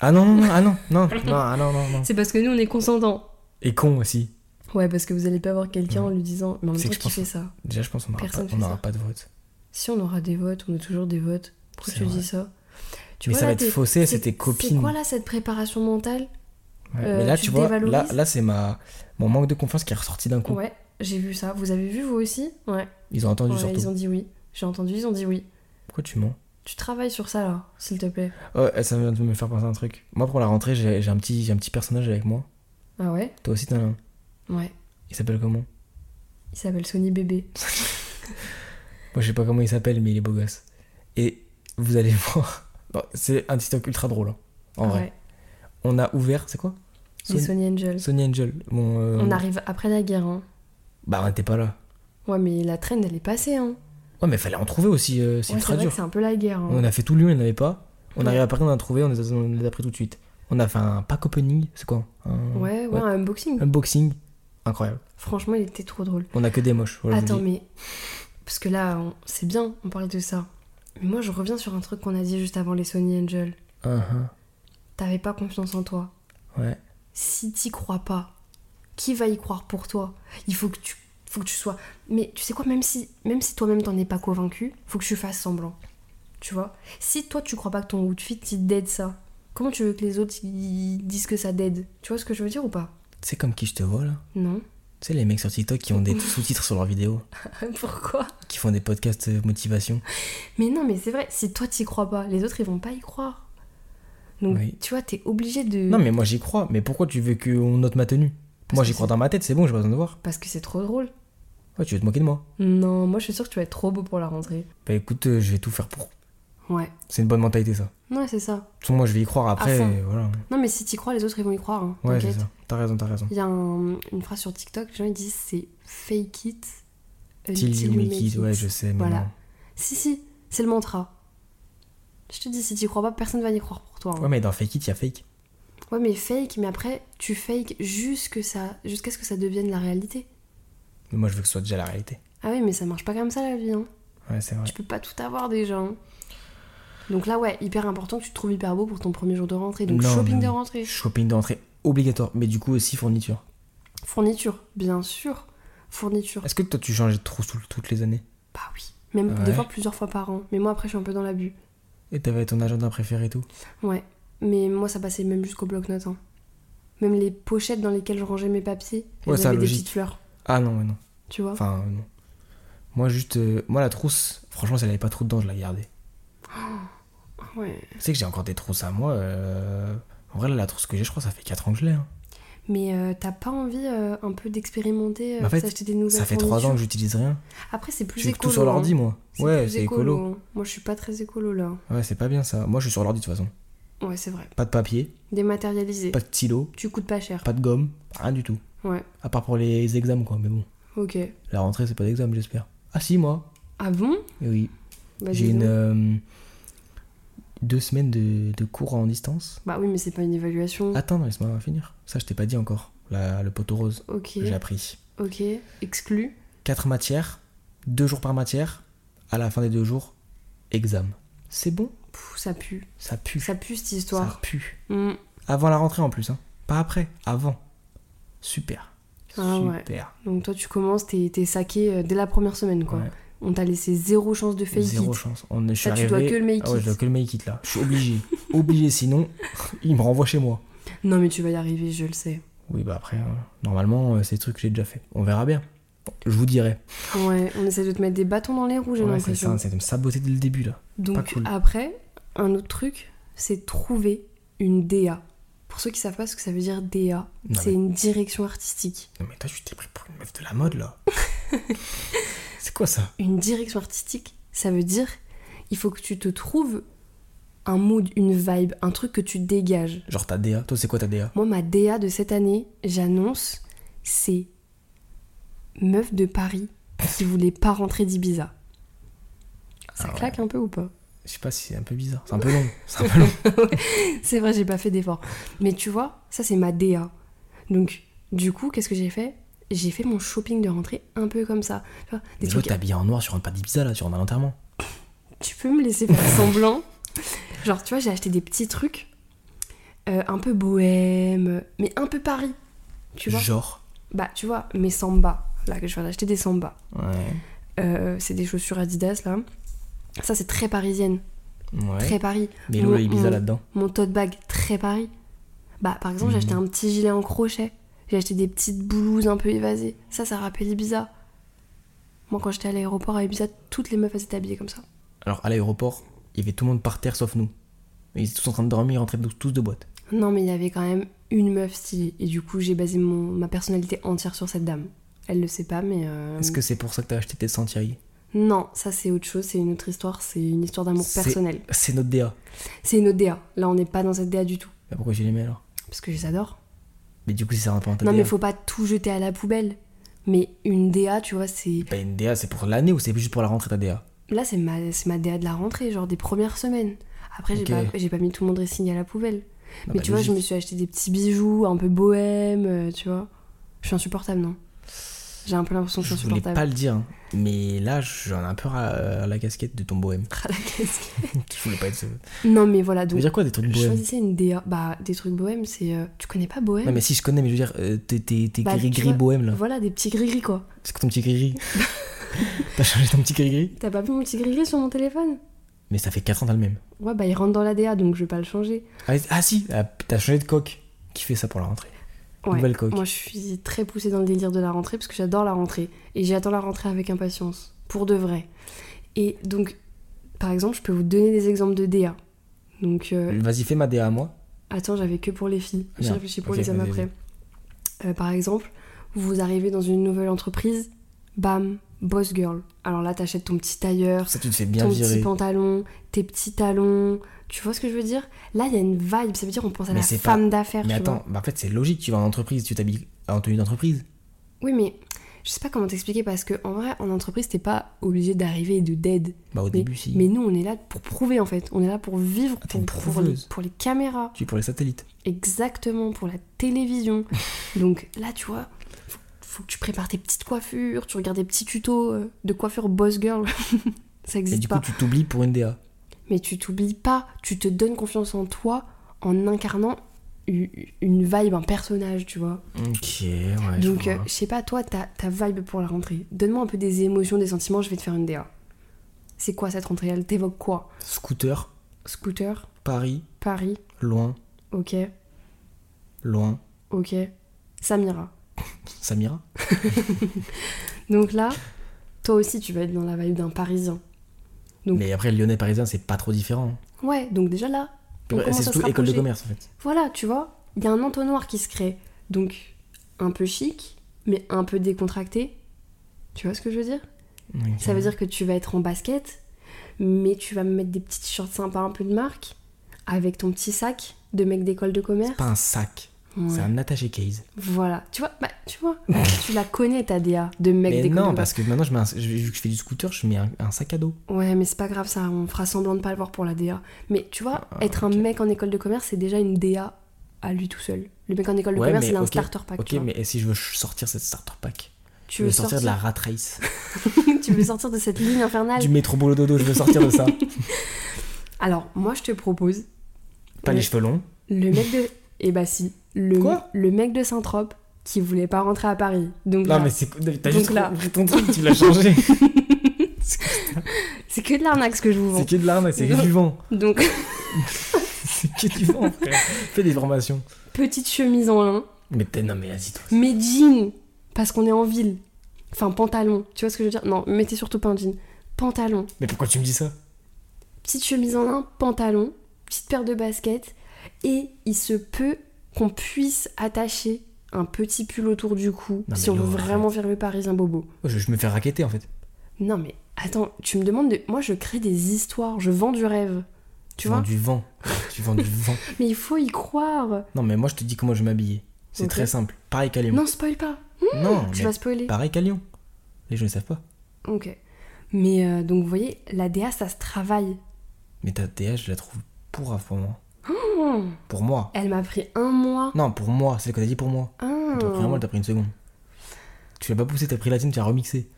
[SPEAKER 2] Ah non, non, non, ah non, non, non, ah non, non, non.
[SPEAKER 1] C'est parce que nous on est consentants.
[SPEAKER 2] Et con aussi.
[SPEAKER 1] Ouais parce que vous allez pas voir quelqu'un en lui disant mais en même temps
[SPEAKER 2] C'est que je
[SPEAKER 1] qui
[SPEAKER 2] pense-
[SPEAKER 1] fait ça.
[SPEAKER 2] Déjà, je pense qu'on n'aura pas,
[SPEAKER 1] Personne fait
[SPEAKER 2] on aura
[SPEAKER 1] ça.
[SPEAKER 2] pas de vote.
[SPEAKER 1] Si on aura des votes, on a toujours des votes. Pourquoi
[SPEAKER 2] C'est
[SPEAKER 1] tu
[SPEAKER 2] vrai.
[SPEAKER 1] dis ça
[SPEAKER 2] mais
[SPEAKER 1] vois, là,
[SPEAKER 2] ça va être
[SPEAKER 1] t'es-
[SPEAKER 2] faussé,
[SPEAKER 1] c'est-
[SPEAKER 2] c'est tes
[SPEAKER 1] C'est
[SPEAKER 2] copines.
[SPEAKER 1] quoi là cette préparation mentale
[SPEAKER 2] Ouais,
[SPEAKER 1] Euh,
[SPEAKER 2] mais là,
[SPEAKER 1] tu
[SPEAKER 2] tu,
[SPEAKER 1] te
[SPEAKER 2] vois, là,
[SPEAKER 1] dévalorises
[SPEAKER 2] là c'est ma... mon manque de confiance qui est ressorti d'un coup.
[SPEAKER 1] Ouais j'ai vu ça. Vous avez vu vous aussi Ouais.
[SPEAKER 2] Ils ont entendu
[SPEAKER 1] Ouais,
[SPEAKER 2] surtout.
[SPEAKER 1] ils ont dit oui. J'ai entendu, ils ont dit oui.
[SPEAKER 2] Pourquoi tu mens
[SPEAKER 1] Tu travailles sur ça là, s'il te plaît.
[SPEAKER 2] Oh, ça vient de me faire penser à un truc. Moi, pour la rentrée, j'ai j'ai un petit, j'ai un petit personnage avec moi.
[SPEAKER 1] Ah ouais
[SPEAKER 2] Toi aussi, t'en as un.
[SPEAKER 1] Ouais.
[SPEAKER 2] Il s'appelle comment
[SPEAKER 1] Il s'appelle Sony Bébé.
[SPEAKER 2] Moi, je sais pas comment il s'appelle, mais il est beau gosse. Et vous allez voir. Non, C'est un TikTok ultra drôle. hein, en
[SPEAKER 1] Ah
[SPEAKER 2] vrai.
[SPEAKER 1] ouais.
[SPEAKER 2] On a ouvert, c'est quoi
[SPEAKER 1] Les Sony Angels.
[SPEAKER 2] Sony Angel. Bon, euh,
[SPEAKER 1] On arrive après la guerre, hein.
[SPEAKER 2] Bah, on était pas là.
[SPEAKER 1] Ouais, mais la traîne, elle est passée, hein.
[SPEAKER 2] Ouais, mais fallait en trouver aussi. euh, c'est
[SPEAKER 1] Ouais,
[SPEAKER 2] ultra
[SPEAKER 1] vrai
[SPEAKER 2] dur.
[SPEAKER 1] que c'est un peu la guerre. hein.
[SPEAKER 2] On a fait tout Lyon, il n'y en avait pas. On
[SPEAKER 1] Ouais.
[SPEAKER 2] arrive à Paris, on en a trouvé, on les a, on les a pris tout de suite. On a fait un pack opening, c'est quoi un...
[SPEAKER 1] Ouais, ouais, un unboxing.
[SPEAKER 2] Unboxing, incroyable.
[SPEAKER 1] Franchement, il était trop drôle.
[SPEAKER 2] On a que des moches. voilà, je vous
[SPEAKER 1] Attends,
[SPEAKER 2] le
[SPEAKER 1] mais. Parce que là, on- c'est bien, on parle de ça. Mais moi, je reviens sur un truc qu'on a dit juste avant les Sony Angels.
[SPEAKER 2] dis. Ah, ah,
[SPEAKER 1] T'avais pas confiance en toi.
[SPEAKER 2] Uh-huh, ouais.
[SPEAKER 1] si t'y crois pas, qui va y croire pour toi Il faut que tu faut que tu sois mais tu sais quoi même si même si toi-même t'en es pas convaincu, faut que tu fasses semblant. Tu vois Si toi tu crois pas que ton outfit il t'aide ça, comment tu veux que les autres ils disent que ça t'aide Tu vois ce que je veux dire ou pas
[SPEAKER 2] C'est comme qui je te vois là
[SPEAKER 1] Non.
[SPEAKER 2] Tu sais, les mecs sur TikTok qui ont des sous-titres sur leurs vidéos,
[SPEAKER 1] Pourquoi
[SPEAKER 2] qui font des podcasts euh, motivation.
[SPEAKER 1] Mais non, mais c'est vrai, si toi t'y crois pas, les autres ils vont pas y croire. Donc
[SPEAKER 2] Oui.
[SPEAKER 1] tu vois, t'es obligé de.
[SPEAKER 2] Non, mais moi j'y crois, mais pourquoi tu veux qu'on note ma tenue
[SPEAKER 1] Mm. Parce
[SPEAKER 2] Moi
[SPEAKER 1] que
[SPEAKER 2] j'y crois
[SPEAKER 1] c'est-
[SPEAKER 2] dans ma tête, c'est bon, j'ai pas besoin de voir.
[SPEAKER 1] Parce que c'est trop drôle.
[SPEAKER 2] Ouais, tu veux te moquer de moi
[SPEAKER 1] Non, moi je suis sûre que tu vas être trop beau pour la rentrée.
[SPEAKER 2] Bah écoute, euh, je vais tout faire pour.
[SPEAKER 1] Ouais.
[SPEAKER 2] C'est une bonne mentalité ça. De
[SPEAKER 1] Ouais, c'est ça.
[SPEAKER 2] toute façon, Moi je vais y croire après,
[SPEAKER 1] fond.
[SPEAKER 2] et voilà.
[SPEAKER 1] Non, mais si t'y crois, les autres ils vont y croire. hein.
[SPEAKER 2] Ouais, c'est
[SPEAKER 1] T'inquiète.
[SPEAKER 2] ça. T'as raison, t'as raison.
[SPEAKER 1] Il y a un- une phrase sur TikTok, les gens ils disent c'est fake it until
[SPEAKER 2] Till you make it, ouais, je sais, mais
[SPEAKER 1] Voilà.
[SPEAKER 2] non.
[SPEAKER 1] Si, si, c'est le mantra. Je te dis, si t'y crois pas, personne va y croire pour toi. hein.
[SPEAKER 2] Ouais, mais dans Fake It, il y a Fake.
[SPEAKER 1] Ouais, mais fake, mais après, tu fake jusque ça- jusqu'à ce que ça devienne la réalité.
[SPEAKER 2] Mais moi, je veux que ce soit déjà la réalité.
[SPEAKER 1] Ah oui, mais ça marche pas comme ça la vie. Hein.
[SPEAKER 2] Ouais, c'est vrai.
[SPEAKER 1] Tu peux pas tout avoir déjà. hein. Donc là, ouais, hyper important que tu te trouves hyper beau pour ton premier jour de rentrée. Donc
[SPEAKER 2] Non,
[SPEAKER 1] shopping
[SPEAKER 2] non,
[SPEAKER 1] de
[SPEAKER 2] non.
[SPEAKER 1] rentrée.
[SPEAKER 2] Shopping d'entrée obligatoire, mais du coup aussi fourniture.
[SPEAKER 1] Fourniture, bien sûr. Fourniture.
[SPEAKER 2] Est-ce que toi, tu changes de trousse tout- toutes les années
[SPEAKER 1] Bah oui. Même des
[SPEAKER 2] Ouais.
[SPEAKER 1] fois plusieurs fois par an. Mais moi, après, je suis un peu dans l'abus.
[SPEAKER 2] Et t'avais ton agenda préféré et tout
[SPEAKER 1] Ouais, mais moi ça passait même jusqu'au bloc-notes. hein. Même les pochettes dans lesquelles je rangeais mes papiers, elles
[SPEAKER 2] Ouais, ça,
[SPEAKER 1] avaient des
[SPEAKER 2] logique.
[SPEAKER 1] petites fleurs,
[SPEAKER 2] Ah non, ouais, non.
[SPEAKER 1] tu vois.
[SPEAKER 2] Enfin, euh, non. Moi, juste. euh, moi, la trousse, franchement, si elle avait pas trop dedans, je la gardais.
[SPEAKER 1] Ouais.
[SPEAKER 2] Tu sais que j'ai encore des trousses à moi. euh, En vrai, là, la trousse que j'ai, je crois, ça fait 4 ans que je l'ai. hein.
[SPEAKER 1] Mais euh, t'as pas envie euh, un peu d'expérimenter,
[SPEAKER 2] Mais en
[SPEAKER 1] euh,
[SPEAKER 2] fait,
[SPEAKER 1] s'acheter des nouvelles
[SPEAKER 2] Ça fait 3 ans
[SPEAKER 1] fournitures
[SPEAKER 2] que j'utilise rien.
[SPEAKER 1] Après c'est
[SPEAKER 2] Je
[SPEAKER 1] plus
[SPEAKER 2] suis
[SPEAKER 1] écolo.
[SPEAKER 2] tout sur
[SPEAKER 1] hein.
[SPEAKER 2] l'ordi, moi. Ouais,
[SPEAKER 1] plus
[SPEAKER 2] c'est écolo.
[SPEAKER 1] hein. Moi je suis pas très écolo là.
[SPEAKER 2] Ouais, c'est pas bien ça. Moi, je suis sur l'ordi de toute façon.
[SPEAKER 1] Ouais, c'est vrai.
[SPEAKER 2] Pas de papier,
[SPEAKER 1] Dématérialisé.
[SPEAKER 2] pas de stylo,
[SPEAKER 1] Tu coûtes pas cher.
[SPEAKER 2] pas de gomme, rien du tout.
[SPEAKER 1] Ouais,
[SPEAKER 2] À part pour les examens, quoi. Mais bon,
[SPEAKER 1] ok.
[SPEAKER 2] la rentrée, c'est pas d'examen, j'espère. Ah si, moi.
[SPEAKER 1] Ah bon
[SPEAKER 2] Eh oui.
[SPEAKER 1] bah,
[SPEAKER 2] J'ai
[SPEAKER 1] dis
[SPEAKER 2] une.
[SPEAKER 1] donc.
[SPEAKER 2] euh, deux semaines de, de cours en distance.
[SPEAKER 1] Bah oui, mais c'est pas une évaluation.
[SPEAKER 2] Attends, non, laisse-moi finir. Ça, je t'ai pas dit encore. La- le poteau rose,
[SPEAKER 1] Ok,
[SPEAKER 2] j'ai appris.
[SPEAKER 1] ok. Exclu.
[SPEAKER 2] Quatre matières, deux jours par matière. À la fin des deux jours, examen. C'est bon
[SPEAKER 1] Pouf, ça pue.
[SPEAKER 2] Ça pue.
[SPEAKER 1] Ça pue cette
[SPEAKER 2] Ça
[SPEAKER 1] histoire.
[SPEAKER 2] pue.
[SPEAKER 1] Hmm.
[SPEAKER 2] Avant la rentrée en plus, hein. Pas après, avant. Super.
[SPEAKER 1] Ah ouais.
[SPEAKER 2] Super.
[SPEAKER 1] Donc toi, tu commences, t'es t'es saqué euh, dès la première semaine, quoi.
[SPEAKER 2] Ouais.
[SPEAKER 1] On t'a laissé zéro chance de fake
[SPEAKER 2] Zéro
[SPEAKER 1] it.
[SPEAKER 2] chance. On, je suis
[SPEAKER 1] Ça, tu
[SPEAKER 2] arrivé...
[SPEAKER 1] dois que le make
[SPEAKER 2] Ah ouais,
[SPEAKER 1] it.
[SPEAKER 2] je dois que le make it là. Je suis obligé. obligé, sinon, il me renvoie chez moi.
[SPEAKER 1] Non, mais tu vas y arriver, je le sais.
[SPEAKER 2] Oui, bah après, euh, normalement, euh, c'est des trucs que j'ai déjà fait. On verra bien. Bon, je vous dirai.
[SPEAKER 1] Ouais, on essaie de te mettre des bâtons dans les roues, j'ai
[SPEAKER 2] Ouais, c'est
[SPEAKER 1] l'impression.
[SPEAKER 2] ça, c'est de me saboter dès le début là.
[SPEAKER 1] Donc
[SPEAKER 2] cool.
[SPEAKER 1] après, un autre truc, c'est trouver une DA. Pour ceux qui savent pas ce que ça veut dire DA,
[SPEAKER 2] Non,
[SPEAKER 1] c'est
[SPEAKER 2] mais,
[SPEAKER 1] une direction artistique.
[SPEAKER 2] non, mais toi, tu t'es pris pour une meuf de la mode là. c'est quoi ça
[SPEAKER 1] Une direction artistique, ça veut dire il faut que tu te trouves un mood, une vibe, un truc que tu dégages.
[SPEAKER 2] Genre ta DA. Toi, c'est quoi ta DA
[SPEAKER 1] Moi, ma DA de cette année, j'annonce, c'est meuf de Paris qui voulait pas rentrer d'Ibiza. Ça
[SPEAKER 2] Ah ouais.
[SPEAKER 1] claque un peu ou pas
[SPEAKER 2] Je sais pas si c'est un peu bizarre. C'est un peu long. C'est un peu long.
[SPEAKER 1] C'est vrai, j'ai pas fait d'effort. Mais tu vois, ça c'est ma DA. Donc, du coup, qu'est-ce que j'ai fait J'ai fait mon shopping de rentrée un peu comme ça. Tu vois, des
[SPEAKER 2] Mais toi,
[SPEAKER 1] trucs.
[SPEAKER 2] t'es habillé en noir sur un pas d'Ibiza là, sur un enterrement.
[SPEAKER 1] Tu peux me laisser faire semblant Genre, tu vois, j'ai acheté des petits trucs euh, un peu bohème, mais un peu Paris. Tu vois
[SPEAKER 2] Genre.
[SPEAKER 1] Bah, tu vois, mes samba. Là, que je vais acheter des samba.
[SPEAKER 2] Ouais.
[SPEAKER 1] Euh, c'est des chaussures Adidas là. Ça c'est très parisienne,
[SPEAKER 2] Ouais.
[SPEAKER 1] très Paris.
[SPEAKER 2] Mais l'eau,
[SPEAKER 1] Mon-
[SPEAKER 2] il y a Ibiza
[SPEAKER 1] mon-
[SPEAKER 2] là-dedans.
[SPEAKER 1] Mon tote bag très Paris. Bah par exemple j'ai acheté un petit gilet en crochet, j'ai acheté des petites blouses un peu évasées. Ça ça rappelle Ibiza. Moi quand j'étais à l'aéroport à Ibiza, toutes les meufs elles étaient habillées comme ça.
[SPEAKER 2] Alors, à l'aéroport, il y avait tout le monde par terre sauf nous. Ils étaient tous en train de dormir, ils rentraient tous- tous de boîte.
[SPEAKER 1] Non mais il y avait quand même une meuf stylée et du coup j'ai basé mon ma personnalité entière sur cette dame. Elle le sait pas mais euh,
[SPEAKER 2] Est-ce que c'est pour ça que t'as acheté tes sentiers
[SPEAKER 1] non ça c'est autre chose, c'est une autre histoire, c'est une histoire d'amour
[SPEAKER 2] C'est-
[SPEAKER 1] personnel.
[SPEAKER 2] C'est notre DA.
[SPEAKER 1] C'est une autre DA. Là on n'est pas dans cette DA du tout
[SPEAKER 2] Bah, pourquoi je les mets alors
[SPEAKER 1] parce que je les adore.
[SPEAKER 2] Mais du coup, si ça rentre pas dans ta
[SPEAKER 1] Non,
[SPEAKER 2] DA.
[SPEAKER 1] mais faut pas tout jeter à la poubelle. Mais une DA, tu vois, c'est.
[SPEAKER 2] Bah, une DA, c'est pour l'année ou c'est juste pour la rentrée ta DA
[SPEAKER 1] Là, c'est ma... c'est ma DA de la rentrée, genre des premières semaines. Après, j'ai
[SPEAKER 2] Ok.
[SPEAKER 1] pas... j'ai pas mis tout mon dressing à la poubelle. mais
[SPEAKER 2] Non, bah,
[SPEAKER 1] tu vois, je me
[SPEAKER 2] logique.
[SPEAKER 1] suis acheté des petits bijoux un peu bohème, euh, tu vois. Je suis insupportable, non J'ai un peu l'impression que
[SPEAKER 2] Je
[SPEAKER 1] c'est
[SPEAKER 2] voulais
[SPEAKER 1] insupportable.
[SPEAKER 2] pas le dire, hein. mais là j'en ai un peu ras euh, la casquette de ton bohème.
[SPEAKER 1] Ah, la casquette.
[SPEAKER 2] je voulais pas être. ce-
[SPEAKER 1] non, mais voilà,
[SPEAKER 2] Ça veut
[SPEAKER 1] donc
[SPEAKER 2] dire quoi des trucs bohème
[SPEAKER 1] choisissez une DA. Bah, des trucs bohèmes, c'est. euh, Tu connais pas bohème
[SPEAKER 2] Non mais si je connais, mais je veux dire, euh, t'es t'es- t'es
[SPEAKER 1] Bah, tu
[SPEAKER 2] gris-gris
[SPEAKER 1] vois-
[SPEAKER 2] bohème là.
[SPEAKER 1] Voilà, des petits gris-gris quoi.
[SPEAKER 2] C'est quoi ton petit gris-gris T'as changé ton petit gris-gris
[SPEAKER 1] T'as pas vu mon petit gris-gris sur mon téléphone
[SPEAKER 2] Mais ça fait 4 ans t'as le même.
[SPEAKER 1] Ouais, bah il rentre dans la DA donc je vais pas le changer.
[SPEAKER 2] Ah, ah, si, ah, t'as changé de coque. Qui fait ça pour la rentrée
[SPEAKER 1] Ouais.
[SPEAKER 2] Nouvelle coque.
[SPEAKER 1] Moi, je suis très poussée dans le délire de la rentrée parce que j'adore la rentrée et j'attends la rentrée avec impatience, pour de vrai. Et donc, par exemple, je peux vous donner des exemples de DA. Donc, euh,
[SPEAKER 2] Vas-y, fais ma DA à moi.
[SPEAKER 1] attends, j'avais que pour les filles. J'ai
[SPEAKER 2] Bien.
[SPEAKER 1] réfléchi pour
[SPEAKER 2] Ah, Ok,
[SPEAKER 1] les hommes
[SPEAKER 2] vas-y,
[SPEAKER 1] après. Euh, par exemple, vous arrivez dans une nouvelle entreprise, bam, boss girl. Alors là, t'achètes ton petit tailleur,
[SPEAKER 2] Ça, tu te fais bien
[SPEAKER 1] ton
[SPEAKER 2] virer.
[SPEAKER 1] petit pantalon, tes petits talons. Tu vois ce que je veux dire Là, il y a une vibe. Ça veut dire on pense à
[SPEAKER 2] Mais
[SPEAKER 1] la
[SPEAKER 2] c'est pas-
[SPEAKER 1] femme d'affaires.
[SPEAKER 2] Mais
[SPEAKER 1] tu vois.
[SPEAKER 2] attends, bah en fait, c'est logique, tu vas en entreprise, tu t'habilles en tenue d'entreprise.
[SPEAKER 1] Oui, mais je sais pas comment t'expliquer parce que en vrai, en entreprise, t'es pas obligé d'arriver et de dead.
[SPEAKER 2] Bah, au
[SPEAKER 1] Mais,
[SPEAKER 2] début, si.
[SPEAKER 1] mais nous, on est là pour prouver en fait. On est là pour vivre,
[SPEAKER 2] Ah, t'es
[SPEAKER 1] pour,
[SPEAKER 2] une
[SPEAKER 1] pour, les,
[SPEAKER 2] prouveuse.
[SPEAKER 1] pour les caméras,
[SPEAKER 2] Tu es pour les satellites.
[SPEAKER 1] exactement, pour la télévision. Donc là, tu vois, faut, faut que tu prépares tes petites coiffures, tu regardes des petits tutos euh, de coiffure boss girl. Ça
[SPEAKER 2] Et du
[SPEAKER 1] existe
[SPEAKER 2] coup,
[SPEAKER 1] pas.
[SPEAKER 2] tu t'oublies pour une DA.
[SPEAKER 1] Mais tu t'oublies pas, tu te donnes confiance en toi en incarnant u- une vibe, un personnage, tu vois.
[SPEAKER 2] Ok, ouais. je
[SPEAKER 1] Donc,
[SPEAKER 2] vois.
[SPEAKER 1] euh, je sais pas, toi, ta, ta vibe pour la rentrée. Donne-moi un peu des émotions, des sentiments, je vais te faire une DA. C'est quoi cette rentrée Elle t'évoque quoi
[SPEAKER 2] Scooter,
[SPEAKER 1] Scooter,
[SPEAKER 2] Paris,
[SPEAKER 1] Paris,
[SPEAKER 2] loin,
[SPEAKER 1] ok,
[SPEAKER 2] loin.
[SPEAKER 1] ok. Samira.
[SPEAKER 2] Samira
[SPEAKER 1] Donc là, toi aussi, tu vas être dans la vibe d'un Parisien. Donc-
[SPEAKER 2] Mais après, le lyonnais parisien, c'est pas trop différent.
[SPEAKER 1] Ouais, donc déjà là, on
[SPEAKER 2] Ouais,
[SPEAKER 1] commence
[SPEAKER 2] C'est
[SPEAKER 1] à se
[SPEAKER 2] surtout école de
[SPEAKER 1] rapprocher.
[SPEAKER 2] commerce, en fait.
[SPEAKER 1] Voilà, tu vois, il y a un entonnoir qui se crée. Donc, un peu chic, mais un peu décontracté. Tu vois ce que je veux dire
[SPEAKER 2] Ok.
[SPEAKER 1] Ça veut dire que tu vas être en basket, mais tu vas me mettre des petits t-shirts sympas, un peu de marque, avec ton petit sac de mec d'école de commerce.
[SPEAKER 2] Pas un sac,
[SPEAKER 1] Ouais.
[SPEAKER 2] c'est un attaché case.
[SPEAKER 1] Voilà, tu vois, bah, tu vois, tu la connais ta DA de mec
[SPEAKER 2] Mais
[SPEAKER 1] d'école de
[SPEAKER 2] non,
[SPEAKER 1] commerce.
[SPEAKER 2] parce que maintenant, je mets un- je- vu que je fais du scooter, je mets un, un sac à dos.
[SPEAKER 1] Ouais, mais c'est pas grave, ça, on fera semblant de pas le voir pour la DA. Mais tu vois,
[SPEAKER 2] Ah,
[SPEAKER 1] être un mec en école de commerce, c'est déjà une DA à lui tout seul. Le mec en école de
[SPEAKER 2] Ouais,
[SPEAKER 1] commerce,
[SPEAKER 2] mais
[SPEAKER 1] il a un
[SPEAKER 2] ok,
[SPEAKER 1] starter pack.
[SPEAKER 2] Ok,
[SPEAKER 1] tu vois.
[SPEAKER 2] mais et si je veux ch- sortir cette starter pack
[SPEAKER 1] hein. tu
[SPEAKER 2] Je
[SPEAKER 1] veux
[SPEAKER 2] veux sortir
[SPEAKER 1] sortir, Ah,
[SPEAKER 2] de la rat race.
[SPEAKER 1] tu veux sortir de cette ligne infernale.
[SPEAKER 2] du métro boulot dodo, je veux sortir de ça.
[SPEAKER 1] Alors, moi, je te propose
[SPEAKER 2] Pas
[SPEAKER 1] Ouais.
[SPEAKER 2] les cheveux longs.
[SPEAKER 1] Le mec de. Eh bah si. Le,
[SPEAKER 2] Quoi
[SPEAKER 1] le mec de Saint-Trope qui voulait pas rentrer à Paris. Donc
[SPEAKER 2] Non,
[SPEAKER 1] là,
[SPEAKER 2] mais c'est. T'as
[SPEAKER 1] Donc
[SPEAKER 2] juste
[SPEAKER 1] là.
[SPEAKER 2] repris ton truc, tu l'as changé.
[SPEAKER 1] c'est que de l'arnaque ce que je vous vends.
[SPEAKER 2] c'est que de l'arnaque, c'est que du vent.
[SPEAKER 1] Donc,
[SPEAKER 2] C'est que du vent, frère. Fais des formations.
[SPEAKER 1] petite chemise en lin,
[SPEAKER 2] Mais t'es. Non, mais vas-y, toi.
[SPEAKER 1] mais jean, parce qu'on est en ville. Enfin, pantalon. Tu vois ce que je veux dire Non, mettez surtout pas un jean. Pantalon.
[SPEAKER 2] Mais pourquoi tu me dis ça
[SPEAKER 1] Petite chemise en lin, pantalon, petite paire de baskets. Et il se peut qu'on puisse attacher un petit pull autour du cou
[SPEAKER 2] Non,
[SPEAKER 1] si
[SPEAKER 2] mais
[SPEAKER 1] on veut
[SPEAKER 2] Laura,
[SPEAKER 1] vraiment faire le Parisien bobo.
[SPEAKER 2] Oh, je, je me fais raqueter, en fait.
[SPEAKER 1] Non mais attends, tu me demandes de... Moi je crée des histoires, je vends du rêve. Tu
[SPEAKER 2] vends
[SPEAKER 1] vois
[SPEAKER 2] du vent. tu vends du vent.
[SPEAKER 1] Mais il faut y croire.
[SPEAKER 2] Non, mais moi, je te dis comment je vais m'habiller. C'est
[SPEAKER 1] Ok.
[SPEAKER 2] très simple. Pareil qu'à Lyon.
[SPEAKER 1] Non, spoil pas. Oh,
[SPEAKER 2] Non,
[SPEAKER 1] Tu
[SPEAKER 2] mais
[SPEAKER 1] vas spoiler.
[SPEAKER 2] pareil qu'à Lyon. Les gens ne savent pas.
[SPEAKER 1] Ok. Mais euh, donc vous voyez, la DA ça se travaille.
[SPEAKER 2] Mais ta DA, je la trouve pourrave pour moi. Pour moi.
[SPEAKER 1] Elle m'a pris un mois.
[SPEAKER 2] Non, pour moi, c'est ce que t'as dit pour moi.
[SPEAKER 1] Ah.
[SPEAKER 2] T'as pris un mois, t'as pris une seconde. Tu l'as pas poussé, t'as pris la tienne, tu as remixé.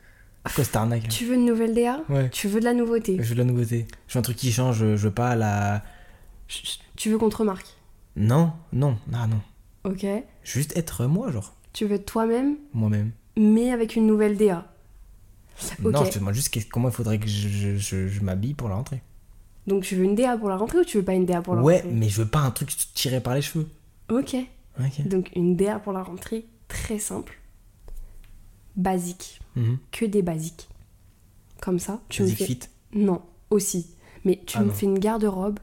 [SPEAKER 2] Pourquoi cette arnaque là
[SPEAKER 1] Tu veux une nouvelle DA
[SPEAKER 2] Ouais.
[SPEAKER 1] Tu veux de la nouveauté
[SPEAKER 2] Je veux de la nouveauté. Je veux un truc qui change, je veux pas la.
[SPEAKER 1] Tu veux qu'on te remarque
[SPEAKER 2] Non, non, non, non.
[SPEAKER 1] Ok.
[SPEAKER 2] Juste être moi, genre.
[SPEAKER 1] Tu veux être toi-même,
[SPEAKER 2] Moi-même.
[SPEAKER 1] mais avec une nouvelle DA. Ok.
[SPEAKER 2] Non, je te demande juste qu'est- comment il faudrait que je, je- je- je m'habille pour la rentrée.
[SPEAKER 1] Donc tu veux une DA pour la rentrée ou tu veux pas une DA pour la
[SPEAKER 2] ouais,
[SPEAKER 1] rentrée
[SPEAKER 2] mais je veux pas un truc tiré par les cheveux.
[SPEAKER 1] Ok.
[SPEAKER 2] Ok.
[SPEAKER 1] Donc une DA pour la rentrée, très simple. Basique.
[SPEAKER 2] Mhm.
[SPEAKER 1] que des basiques. Comme ça, tu
[SPEAKER 2] Basic
[SPEAKER 1] me fais.
[SPEAKER 2] fit.
[SPEAKER 1] Non, aussi. Mais tu
[SPEAKER 2] Ah
[SPEAKER 1] me
[SPEAKER 2] non.
[SPEAKER 1] fais une garde-robe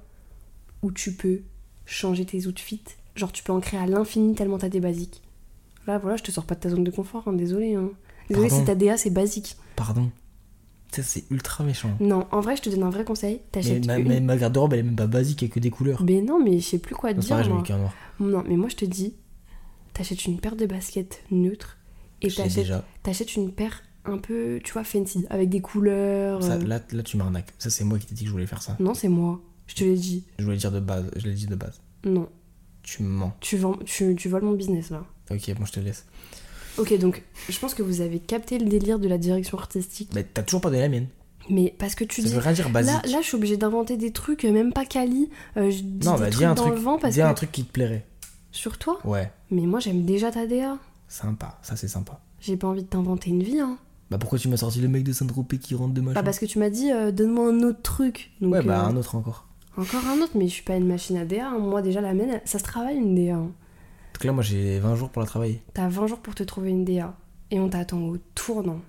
[SPEAKER 1] où tu peux changer tes outfits. Genre, tu peux en créer à l'infini tellement t'as des basiques. Là, voilà, je te sors pas de ta zone de confort, hein, désolé. Hein. Désolé
[SPEAKER 2] Pardon.
[SPEAKER 1] si ta DA, c'est basique.
[SPEAKER 2] Pardon. Ça, c'est ultra méchant.
[SPEAKER 1] Non, en vrai, je te donne un vrai conseil.
[SPEAKER 2] Mais
[SPEAKER 1] T'achètes
[SPEAKER 2] ma,
[SPEAKER 1] une.
[SPEAKER 2] mais ma garde-robe, elle est même pas basique, elle a que des couleurs.
[SPEAKER 1] Mais non, mais je sais plus quoi te
[SPEAKER 2] Non, c'est
[SPEAKER 1] dire.
[SPEAKER 2] pareil, j'en ai
[SPEAKER 1] moi.
[SPEAKER 2] eu qu'un noir.
[SPEAKER 1] Non, mais moi, je te dis, t'achètes une paire de baskets neutres et
[SPEAKER 2] Je l'ai
[SPEAKER 1] t'achètes
[SPEAKER 2] déjà.
[SPEAKER 1] t'achètes une paire un peu, tu vois, fancy, avec des couleurs.
[SPEAKER 2] Ça,
[SPEAKER 1] euh,
[SPEAKER 2] là, là, tu m'arnaques. Ça, c'est moi qui t'ai dit que je voulais faire ça.
[SPEAKER 1] Non, c'est moi. Je te l'ai dit.
[SPEAKER 2] Je voulais dire de base. Je l'ai dit de base.
[SPEAKER 1] Non,
[SPEAKER 2] Tu mens.
[SPEAKER 1] tu, vends, tu, tu voles mon business là.
[SPEAKER 2] Ok, bon, je te laisse.
[SPEAKER 1] Ok, donc je pense que vous avez capté le délire de la direction artistique.
[SPEAKER 2] Mais t'as toujours pas donné la mienne.
[SPEAKER 1] Mais parce que tu
[SPEAKER 2] ça
[SPEAKER 1] dis.
[SPEAKER 2] veut rien dire basique.
[SPEAKER 1] Là, là, je suis obligée d'inventer des trucs, même pas quali. Euh, je dis
[SPEAKER 2] non,
[SPEAKER 1] des
[SPEAKER 2] bah
[SPEAKER 1] trucs
[SPEAKER 2] dis un
[SPEAKER 1] dans
[SPEAKER 2] truc.
[SPEAKER 1] le vent parce
[SPEAKER 2] dis
[SPEAKER 1] que.
[SPEAKER 2] un truc qui te plairait.
[SPEAKER 1] Sur toi
[SPEAKER 2] Ouais,
[SPEAKER 1] Mais moi, j'aime déjà ta DA.
[SPEAKER 2] sympa. Ça, c'est sympa.
[SPEAKER 1] J'ai pas envie de t'inventer une vie, hein.
[SPEAKER 2] Bah pourquoi tu m'as sorti le mec de Saint-Tropez qui rentre de machin
[SPEAKER 1] Bah, parce que tu m'as dit, euh, donne-moi un autre truc. Donc,
[SPEAKER 2] Ouais, bah
[SPEAKER 1] euh,
[SPEAKER 2] un autre encore.
[SPEAKER 1] Encore un autre, mais je suis pas une machine à DA. hein. Moi, déjà, la mienne, ça se travaille une DA. hein.
[SPEAKER 2] Donc là, moi j'ai 20 jours pour la travailler.
[SPEAKER 1] T'as 20 jours pour te trouver une DA. Et on t'attend au tournant.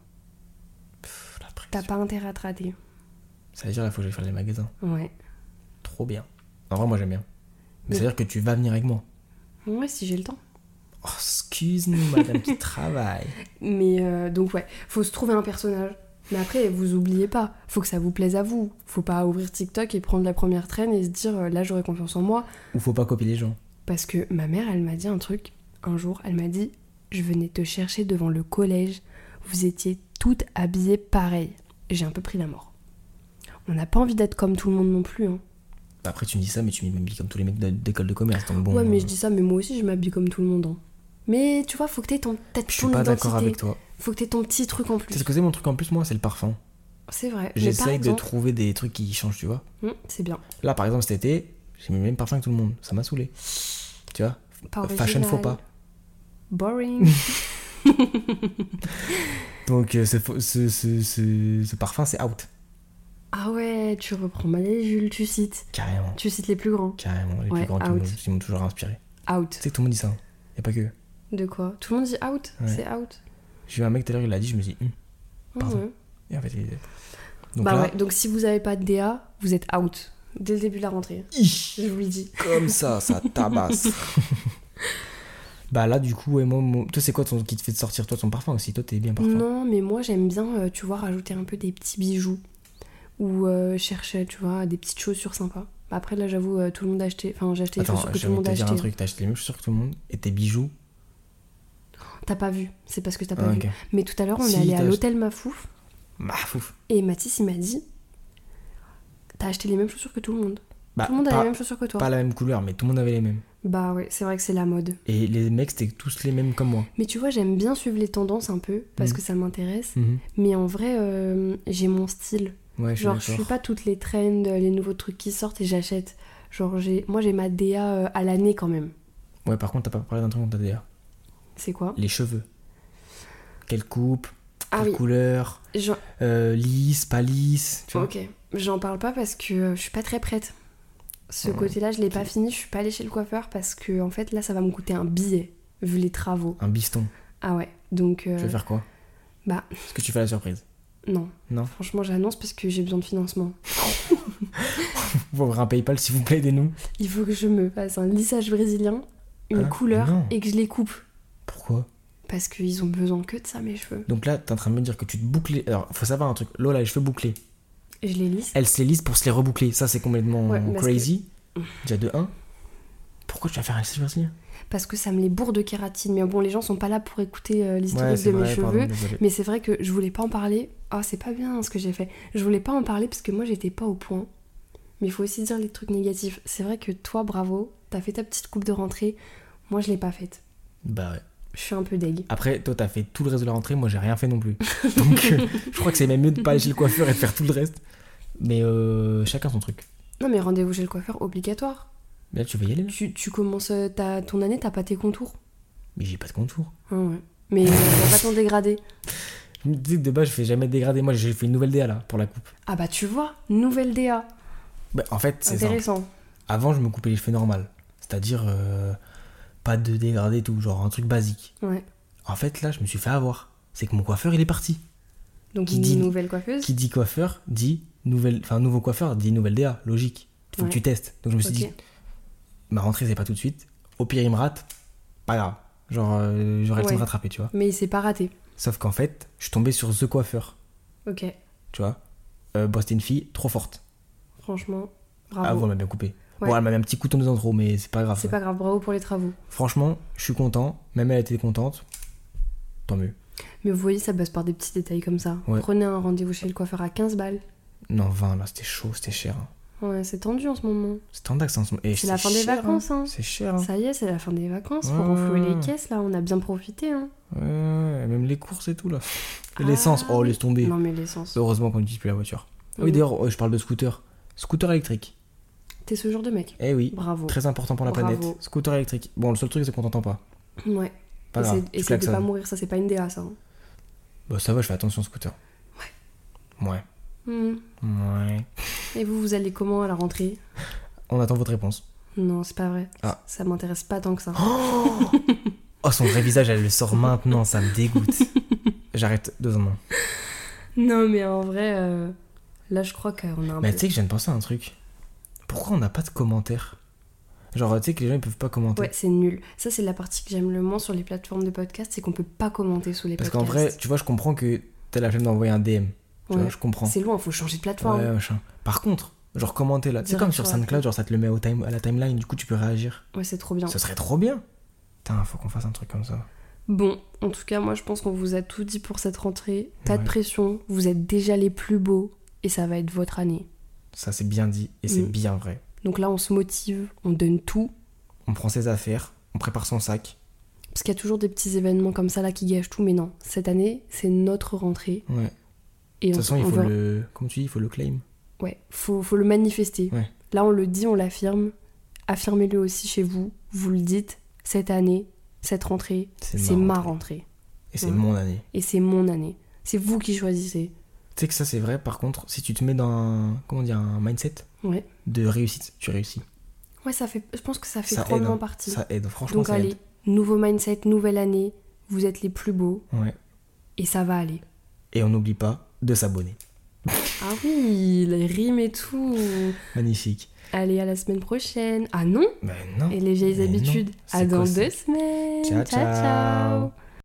[SPEAKER 2] Pff, la
[SPEAKER 1] T'as
[SPEAKER 2] pression.
[SPEAKER 1] pas intérêt à te rater.
[SPEAKER 2] Ça veut dire là, faut que j'aille faire les magasins.
[SPEAKER 1] Ouais.
[SPEAKER 2] Trop bien. En vrai, moi j'aime bien. Mais
[SPEAKER 1] Mais-
[SPEAKER 2] ça veut dire que tu vas venir avec moi.
[SPEAKER 1] Ouais, si j'ai le temps.
[SPEAKER 2] Oh, excuse-nous, madame qui travaille.
[SPEAKER 1] Mais euh, donc, ouais, faut se trouver un personnage. Mais après, vous oubliez pas, faut que ça vous plaise à vous. Faut pas ouvrir TikTok et prendre la première traîne et se dire euh, là, j'aurai confiance en moi.
[SPEAKER 2] Ou faut pas copier les gens.
[SPEAKER 1] Parce que ma mère, elle m'a dit un truc. Un jour, elle m'a dit Je venais te chercher devant le collège. Vous étiez toutes habillées pareil. J'ai un peu pris la mort. On n'a pas envie d'être comme tout le monde non plus. Hein.
[SPEAKER 2] Bah, Après, tu me dis ça, mais tu m'habilles comme tous les mecs de- d'école de commerce. Donc bon,
[SPEAKER 1] ouais, mais
[SPEAKER 2] euh,
[SPEAKER 1] je dis ça, mais moi aussi, je m'habille comme tout le monde. hein. Mais tu vois, faut que t'aies ton, peut-être
[SPEAKER 2] je
[SPEAKER 1] ton
[SPEAKER 2] suis pas d'accord
[SPEAKER 1] identité.
[SPEAKER 2] avec toi.
[SPEAKER 1] Faut que t'aies ton petit truc en
[SPEAKER 2] Tu sais
[SPEAKER 1] plus.
[SPEAKER 2] ce que c'est mon truc en plus, moi, c'est le parfum.
[SPEAKER 1] C'est vrai. mais par
[SPEAKER 2] J'essaye de
[SPEAKER 1] exemple-
[SPEAKER 2] trouver des trucs qui changent, tu vois.
[SPEAKER 1] Hum, C'est bien.
[SPEAKER 2] Là, par exemple, cet été, j'ai mis le même parfum que tout le monde. Ça m'a saoulé. Tu vois
[SPEAKER 1] Pas
[SPEAKER 2] Euh, Fashion
[SPEAKER 1] original.
[SPEAKER 2] faux pas.
[SPEAKER 1] Boring.
[SPEAKER 2] Donc, euh, ce, faux- ce, ce, ce- ce parfum, c'est out.
[SPEAKER 1] ah ouais, tu reprends mal les Jules, tu cites.
[SPEAKER 2] Carrément.
[SPEAKER 1] Tu cites les plus grands.
[SPEAKER 2] Carrément. Les
[SPEAKER 1] Ouais,
[SPEAKER 2] plus grands qui
[SPEAKER 1] out.
[SPEAKER 2] m'ont- qui m'ont toujours inspiré. Tu
[SPEAKER 1] Out.
[SPEAKER 2] sais que tout le monde dit ça. Y'a pas que.
[SPEAKER 1] De quoi Tout le monde dit out.
[SPEAKER 2] Ouais.
[SPEAKER 1] C'est out.
[SPEAKER 2] J'ai vu un mec tout à l'heure, il l'a dit, je me dis. hum.
[SPEAKER 1] Ah
[SPEAKER 2] Pardon.
[SPEAKER 1] ouais.
[SPEAKER 2] Et en fait, il est- Donc
[SPEAKER 1] bah
[SPEAKER 2] là,
[SPEAKER 1] ouais, donc si vous avez pas de DA, vous êtes out. Dès le début de la rentrée,
[SPEAKER 2] Ih
[SPEAKER 1] je vous le dis.
[SPEAKER 2] Comme ça, ça tabasse. bah là, du coup, ouais, moi, mon- toi, c'est quoi ton... qui te fait sortir toi ton parfum aussi Toi, t'es bien parfum.
[SPEAKER 1] Non, mais moi j'aime bien, euh, tu vois, rajouter un peu des petits bijoux. Ou euh, chercher, tu vois, des petites chaussures sympas. Après là, j'avoue, euh, tout le monde a acheté. Enfin, j'ai acheté les
[SPEAKER 2] Attends,
[SPEAKER 1] chaussures que
[SPEAKER 2] j'ai
[SPEAKER 1] tout le
[SPEAKER 2] envie
[SPEAKER 1] monde
[SPEAKER 2] de te
[SPEAKER 1] a
[SPEAKER 2] dire un
[SPEAKER 1] acheté.
[SPEAKER 2] truc. T'as acheté les mêmes chaussures que tout le monde et tes bijoux.
[SPEAKER 1] T'as pas vu, c'est parce que t'as pas
[SPEAKER 2] Ah,
[SPEAKER 1] vu.
[SPEAKER 2] ok.
[SPEAKER 1] Mais tout à l'heure, on
[SPEAKER 2] Si,
[SPEAKER 1] est allé
[SPEAKER 2] t'as
[SPEAKER 1] à
[SPEAKER 2] acheté-
[SPEAKER 1] l'hôtel Mafouf
[SPEAKER 2] Bah, fouf.
[SPEAKER 1] et Mathis il m'a dit T'as acheté les mêmes chaussures que tout le monde.
[SPEAKER 2] Bah,
[SPEAKER 1] tout le monde a
[SPEAKER 2] pas,
[SPEAKER 1] les mêmes chaussures que toi.
[SPEAKER 2] pas la même couleur, mais tout le monde avait les mêmes.
[SPEAKER 1] Bah ouais, c'est vrai que c'est la mode.
[SPEAKER 2] Et les mecs, c'était tous les mêmes comme moi.
[SPEAKER 1] Mais tu vois, j'aime bien suivre les tendances un peu parce
[SPEAKER 2] Mhm.
[SPEAKER 1] que ça m'intéresse.
[SPEAKER 2] Mhm.
[SPEAKER 1] Mais en vrai, euh, j'ai mon style.
[SPEAKER 2] Ouais, je suis
[SPEAKER 1] Genre, je suis
[SPEAKER 2] d'accord.
[SPEAKER 1] pas toutes les trends, euh, les nouveaux trucs qui sortent et j'achète. Genre, j'ai, moi j'ai ma DA euh, à l'année quand même.
[SPEAKER 2] Ouais, par contre, t'as pas parlé d'un truc dont t'as d'ailleurs.
[SPEAKER 1] C'est quoi
[SPEAKER 2] Les cheveux. Quelle coupe,
[SPEAKER 1] Ah
[SPEAKER 2] quelle
[SPEAKER 1] oui,
[SPEAKER 2] couleur,
[SPEAKER 1] j'en...
[SPEAKER 2] euh, lisse, pas lisse. Tu vois
[SPEAKER 1] ok. J'en parle pas parce que euh, je suis pas très prête. Ce
[SPEAKER 2] Ouais,
[SPEAKER 1] côté-là, je l'ai pas fini. Je suis pas allée chez le coiffeur parce que en fait, là, ça va me coûter un billet vu les travaux.
[SPEAKER 2] Un biston.
[SPEAKER 1] Ah ouais. Donc euh,
[SPEAKER 2] Tu vas faire quoi
[SPEAKER 1] bah
[SPEAKER 2] Est-ce que tu fais la surprise
[SPEAKER 1] non.
[SPEAKER 2] Non.
[SPEAKER 1] Franchement, j'annonce parce que j'ai besoin de financement.
[SPEAKER 2] Vous ouvrez un PayPal, s'il vous plaît, aidez-nous.
[SPEAKER 1] Il faut que je me fasse un lissage brésilien, une
[SPEAKER 2] Hein
[SPEAKER 1] couleur
[SPEAKER 2] Non.
[SPEAKER 1] et que je les coupe
[SPEAKER 2] Pourquoi
[SPEAKER 1] parce qu'ils ont besoin que de ça mes cheveux.
[SPEAKER 2] Donc là, t'es en train de me dire que tu te boucles. les- Alors, faut savoir un truc. Lola, les cheveux bouclés.
[SPEAKER 1] Je les lisse.
[SPEAKER 2] Elle se les lisse pour se les reboucler. Ça, c'est complètement
[SPEAKER 1] Ouais, parce
[SPEAKER 2] crazy. Déjà de 1. Pourquoi tu vas faire un lissage brésilien
[SPEAKER 1] parce que ça me les bourre de kératine. Mais bon, les gens sont pas là pour écouter euh, l'historique
[SPEAKER 2] Ouais,
[SPEAKER 1] de
[SPEAKER 2] c'est
[SPEAKER 1] mes
[SPEAKER 2] vrai,
[SPEAKER 1] cheveux.
[SPEAKER 2] pardon, désolé.
[SPEAKER 1] Mais c'est vrai que je voulais pas en parler. Ah, c'est pas bien ce que j'ai fait. Je voulais pas en parler parce que moi j'étais pas au point. Mais il faut aussi dire les trucs négatifs. C'est vrai que toi, bravo, t'as fait ta petite coupe de rentrée. Moi, je l'ai pas faite.
[SPEAKER 2] Bah ouais.
[SPEAKER 1] Je suis un peu deg.
[SPEAKER 2] Après, toi, t'as fait tout le reste de la rentrée. Moi, j'ai rien fait non plus. Donc, euh, je crois que c'est même mieux de pas aller chez le coiffeur et de faire tout le reste. Mais euh, chacun son truc.
[SPEAKER 1] Non, mais rendez-vous chez le coiffeur obligatoire.
[SPEAKER 2] Mais là, tu vas y aller là
[SPEAKER 1] Tu, tu commences euh, ta, ton année, t'as pas tes contours.
[SPEAKER 2] Mais j'ai pas de contour.
[SPEAKER 1] Ah ouais. Mais euh, t'as pas ton dégradé.
[SPEAKER 2] Je me disais que de base, je fais jamais de dégradé. Moi, j'ai fait une nouvelle DA là pour la coupe.
[SPEAKER 1] Ah bah tu vois, nouvelle DA.
[SPEAKER 2] Bah, en fait, c'est simple.
[SPEAKER 1] Intéressant.
[SPEAKER 2] Avant, je me coupais les cheveux normal. C'est-à-dire euh, pas de dégradé et tout, genre un truc basique.
[SPEAKER 1] Ouais.
[SPEAKER 2] En fait, là, je me suis fait avoir. C'est que mon coiffeur, il est parti.
[SPEAKER 1] Donc
[SPEAKER 2] Qui
[SPEAKER 1] une
[SPEAKER 2] dit-
[SPEAKER 1] nouvelle coiffeuse.
[SPEAKER 2] Qui dit coiffeur dit nouvelle, enfin nouveau coiffeur dit nouvelle DA, logique. Faut
[SPEAKER 1] Ouais.
[SPEAKER 2] que tu testes. Donc je me suis
[SPEAKER 1] Ok.
[SPEAKER 2] dit, ma rentrée c'est pas tout de suite. Au pire, il me rate, pas grave. Genre euh, j'aurai le temps
[SPEAKER 1] Ouais.
[SPEAKER 2] de rattraper, tu vois.
[SPEAKER 1] Mais il s'est pas raté.
[SPEAKER 2] Sauf qu'en fait, je suis tombé sur The Coiffeur,
[SPEAKER 1] Ok.
[SPEAKER 2] tu vois. Euh, bon, c'était une fille trop forte.
[SPEAKER 1] Franchement,
[SPEAKER 2] Ah, vous,
[SPEAKER 1] bravo.
[SPEAKER 2] elle m'a bien coupé.
[SPEAKER 1] Ouais.
[SPEAKER 2] Bon, elle m'a mis un petit couteau dans trop, mais c'est pas grave.
[SPEAKER 1] c'est
[SPEAKER 2] ça.
[SPEAKER 1] pas grave, bravo pour les travaux.
[SPEAKER 2] Franchement, je suis content. Même elle était contente. Tant mieux.
[SPEAKER 1] Mais vous voyez, ça passe par des petits détails comme ça.
[SPEAKER 2] Ouais.
[SPEAKER 1] Prenez un rendez-vous chez le coiffeur à 15 balles.
[SPEAKER 2] Non, 20 là, c'était chaud, c'était cher. hein.
[SPEAKER 1] Ouais, c'est tendu en ce moment.
[SPEAKER 2] C'est tendax en ce moment. Et
[SPEAKER 1] C'est la fin des
[SPEAKER 2] cher, hein.
[SPEAKER 1] vacances, hein.
[SPEAKER 2] C'est cher. hein.
[SPEAKER 1] Ça y est, c'est la fin des vacances. Faut
[SPEAKER 2] Ouais,
[SPEAKER 1] renflouer
[SPEAKER 2] ouais,
[SPEAKER 1] les
[SPEAKER 2] ouais.
[SPEAKER 1] caisses là, on a bien profité. Hein.
[SPEAKER 2] Ouais, ouais, même les courses et tout là. L'essence, oh laisse tomber.
[SPEAKER 1] Ah. Non mais l'essence.
[SPEAKER 2] Heureusement qu'on n'utilise plus la voiture. Ah
[SPEAKER 1] Oui.
[SPEAKER 2] Oui, d'ailleurs, euh, je parle de scooter. Scooter électrique.
[SPEAKER 1] T'es ce genre de mec.
[SPEAKER 2] Eh oui,
[SPEAKER 1] Bravo.
[SPEAKER 2] très important pour la
[SPEAKER 1] Bravo.
[SPEAKER 2] planète. Scooter électrique. Bon, le seul truc, c'est qu'on t'entend pas.
[SPEAKER 1] Ouais.
[SPEAKER 2] Pas
[SPEAKER 1] Essaye-
[SPEAKER 2] grave, tu
[SPEAKER 1] Essaye de
[SPEAKER 2] klaxonnes.
[SPEAKER 1] pas mourir, ça c'est pas une DA ça. hein.
[SPEAKER 2] Bah, ça va, je fais attention au scooter. Ouais.
[SPEAKER 1] Hmm.
[SPEAKER 2] Ouais. Ouais.
[SPEAKER 1] Et vous, vous allez comment à la rentrée
[SPEAKER 2] On attend votre réponse.
[SPEAKER 1] Non, c'est pas vrai.
[SPEAKER 2] Ah.
[SPEAKER 1] Ça m'intéresse pas tant que ça.
[SPEAKER 2] Oh, son vrai visage, elle le sort maintenant, ça me dégoûte. J'arrête deux secondes.
[SPEAKER 1] Non mais en vrai, euh, là je crois qu'on a un
[SPEAKER 2] Mais tu
[SPEAKER 1] peu...
[SPEAKER 2] sais que je viens de penser à un truc. Pourquoi on n'a pas de commentaires Genre, tu sais que les gens ils peuvent pas commenter.
[SPEAKER 1] Ouais, c'est nul. Ça c'est la partie que j'aime le moins sur les plateformes de podcast, c'est qu'on peut pas commenter sous les
[SPEAKER 2] Parce qu'en
[SPEAKER 1] podcasts.
[SPEAKER 2] vrai, tu vois, je comprends que t'as la flemme d'envoyer un DM. Tu
[SPEAKER 1] Ouais.
[SPEAKER 2] vois, je comprends.
[SPEAKER 1] c'est loin, faut changer de plateforme.
[SPEAKER 2] Ouais, machin. Par contre, genre commenter là. C'est
[SPEAKER 1] Direct
[SPEAKER 2] comme sur
[SPEAKER 1] sur la
[SPEAKER 2] SoundCloud, genre ça te le met au time, à la timeline, du coup tu peux réagir.
[SPEAKER 1] Ouais, c'est trop bien.
[SPEAKER 2] Ce serait trop bien. Putain, faut qu'on fasse un truc comme ça.
[SPEAKER 1] Bon, en tout cas, moi je pense qu'on vous a tout dit pour cette rentrée. Pas de
[SPEAKER 2] Ouais.
[SPEAKER 1] pression, vous êtes déjà les plus beaux et ça va être votre année.
[SPEAKER 2] Ça, c'est bien dit et c'est
[SPEAKER 1] Mm.
[SPEAKER 2] bien vrai.
[SPEAKER 1] Donc là, on se motive, on donne tout.
[SPEAKER 2] On prend ses affaires, on prépare son sac.
[SPEAKER 1] Parce qu'il y a toujours des petits événements comme ça là qui gâchent tout, mais non, cette année, c'est notre rentrée.
[SPEAKER 2] Ouais. De
[SPEAKER 1] Et
[SPEAKER 2] toute
[SPEAKER 1] on-
[SPEAKER 2] façon, il
[SPEAKER 1] on
[SPEAKER 2] faut
[SPEAKER 1] va-
[SPEAKER 2] le. Comment tu dis Il faut le claim.
[SPEAKER 1] Ouais, faut, faut le manifester.
[SPEAKER 2] Ouais.
[SPEAKER 1] Là, on le dit, on l'affirme. Affirmez-le aussi chez vous. Vous le dites, cette année, cette rentrée, c'est ma
[SPEAKER 2] rentrée.
[SPEAKER 1] rentrée.
[SPEAKER 2] Et c'est
[SPEAKER 1] Ouais.
[SPEAKER 2] mon année.
[SPEAKER 1] Et c'est mon année. C'est vous qui choisissez.
[SPEAKER 2] Tu sais que ça, c'est vrai, par contre, si tu te mets dans un. Comment dire Un mindset
[SPEAKER 1] Ouais.
[SPEAKER 2] de réussite, tu réussis.
[SPEAKER 1] Ouais, ça fait, je pense que ça fait
[SPEAKER 2] Ça aide,
[SPEAKER 1] grandement
[SPEAKER 2] hein.
[SPEAKER 1] partie.
[SPEAKER 2] Ça aide, franchement,
[SPEAKER 1] Donc
[SPEAKER 2] ça
[SPEAKER 1] allez,
[SPEAKER 2] aide.
[SPEAKER 1] nouveau mindset, nouvelle année, vous êtes les plus beaux
[SPEAKER 2] Ouais.
[SPEAKER 1] et ça va aller.
[SPEAKER 2] Et on n'oublie pas de s'abonner.
[SPEAKER 1] Ah oui, les rimes et tout.
[SPEAKER 2] Magnifique.
[SPEAKER 1] Allez, à la semaine prochaine. Ah non
[SPEAKER 2] Mais Bah, non.
[SPEAKER 1] Et les vieilles
[SPEAKER 2] Mais non,
[SPEAKER 1] habitudes.
[SPEAKER 2] c'est
[SPEAKER 1] À dans
[SPEAKER 2] quoi ça
[SPEAKER 1] deux semaines.
[SPEAKER 2] Ciao, ciao.
[SPEAKER 1] ciao.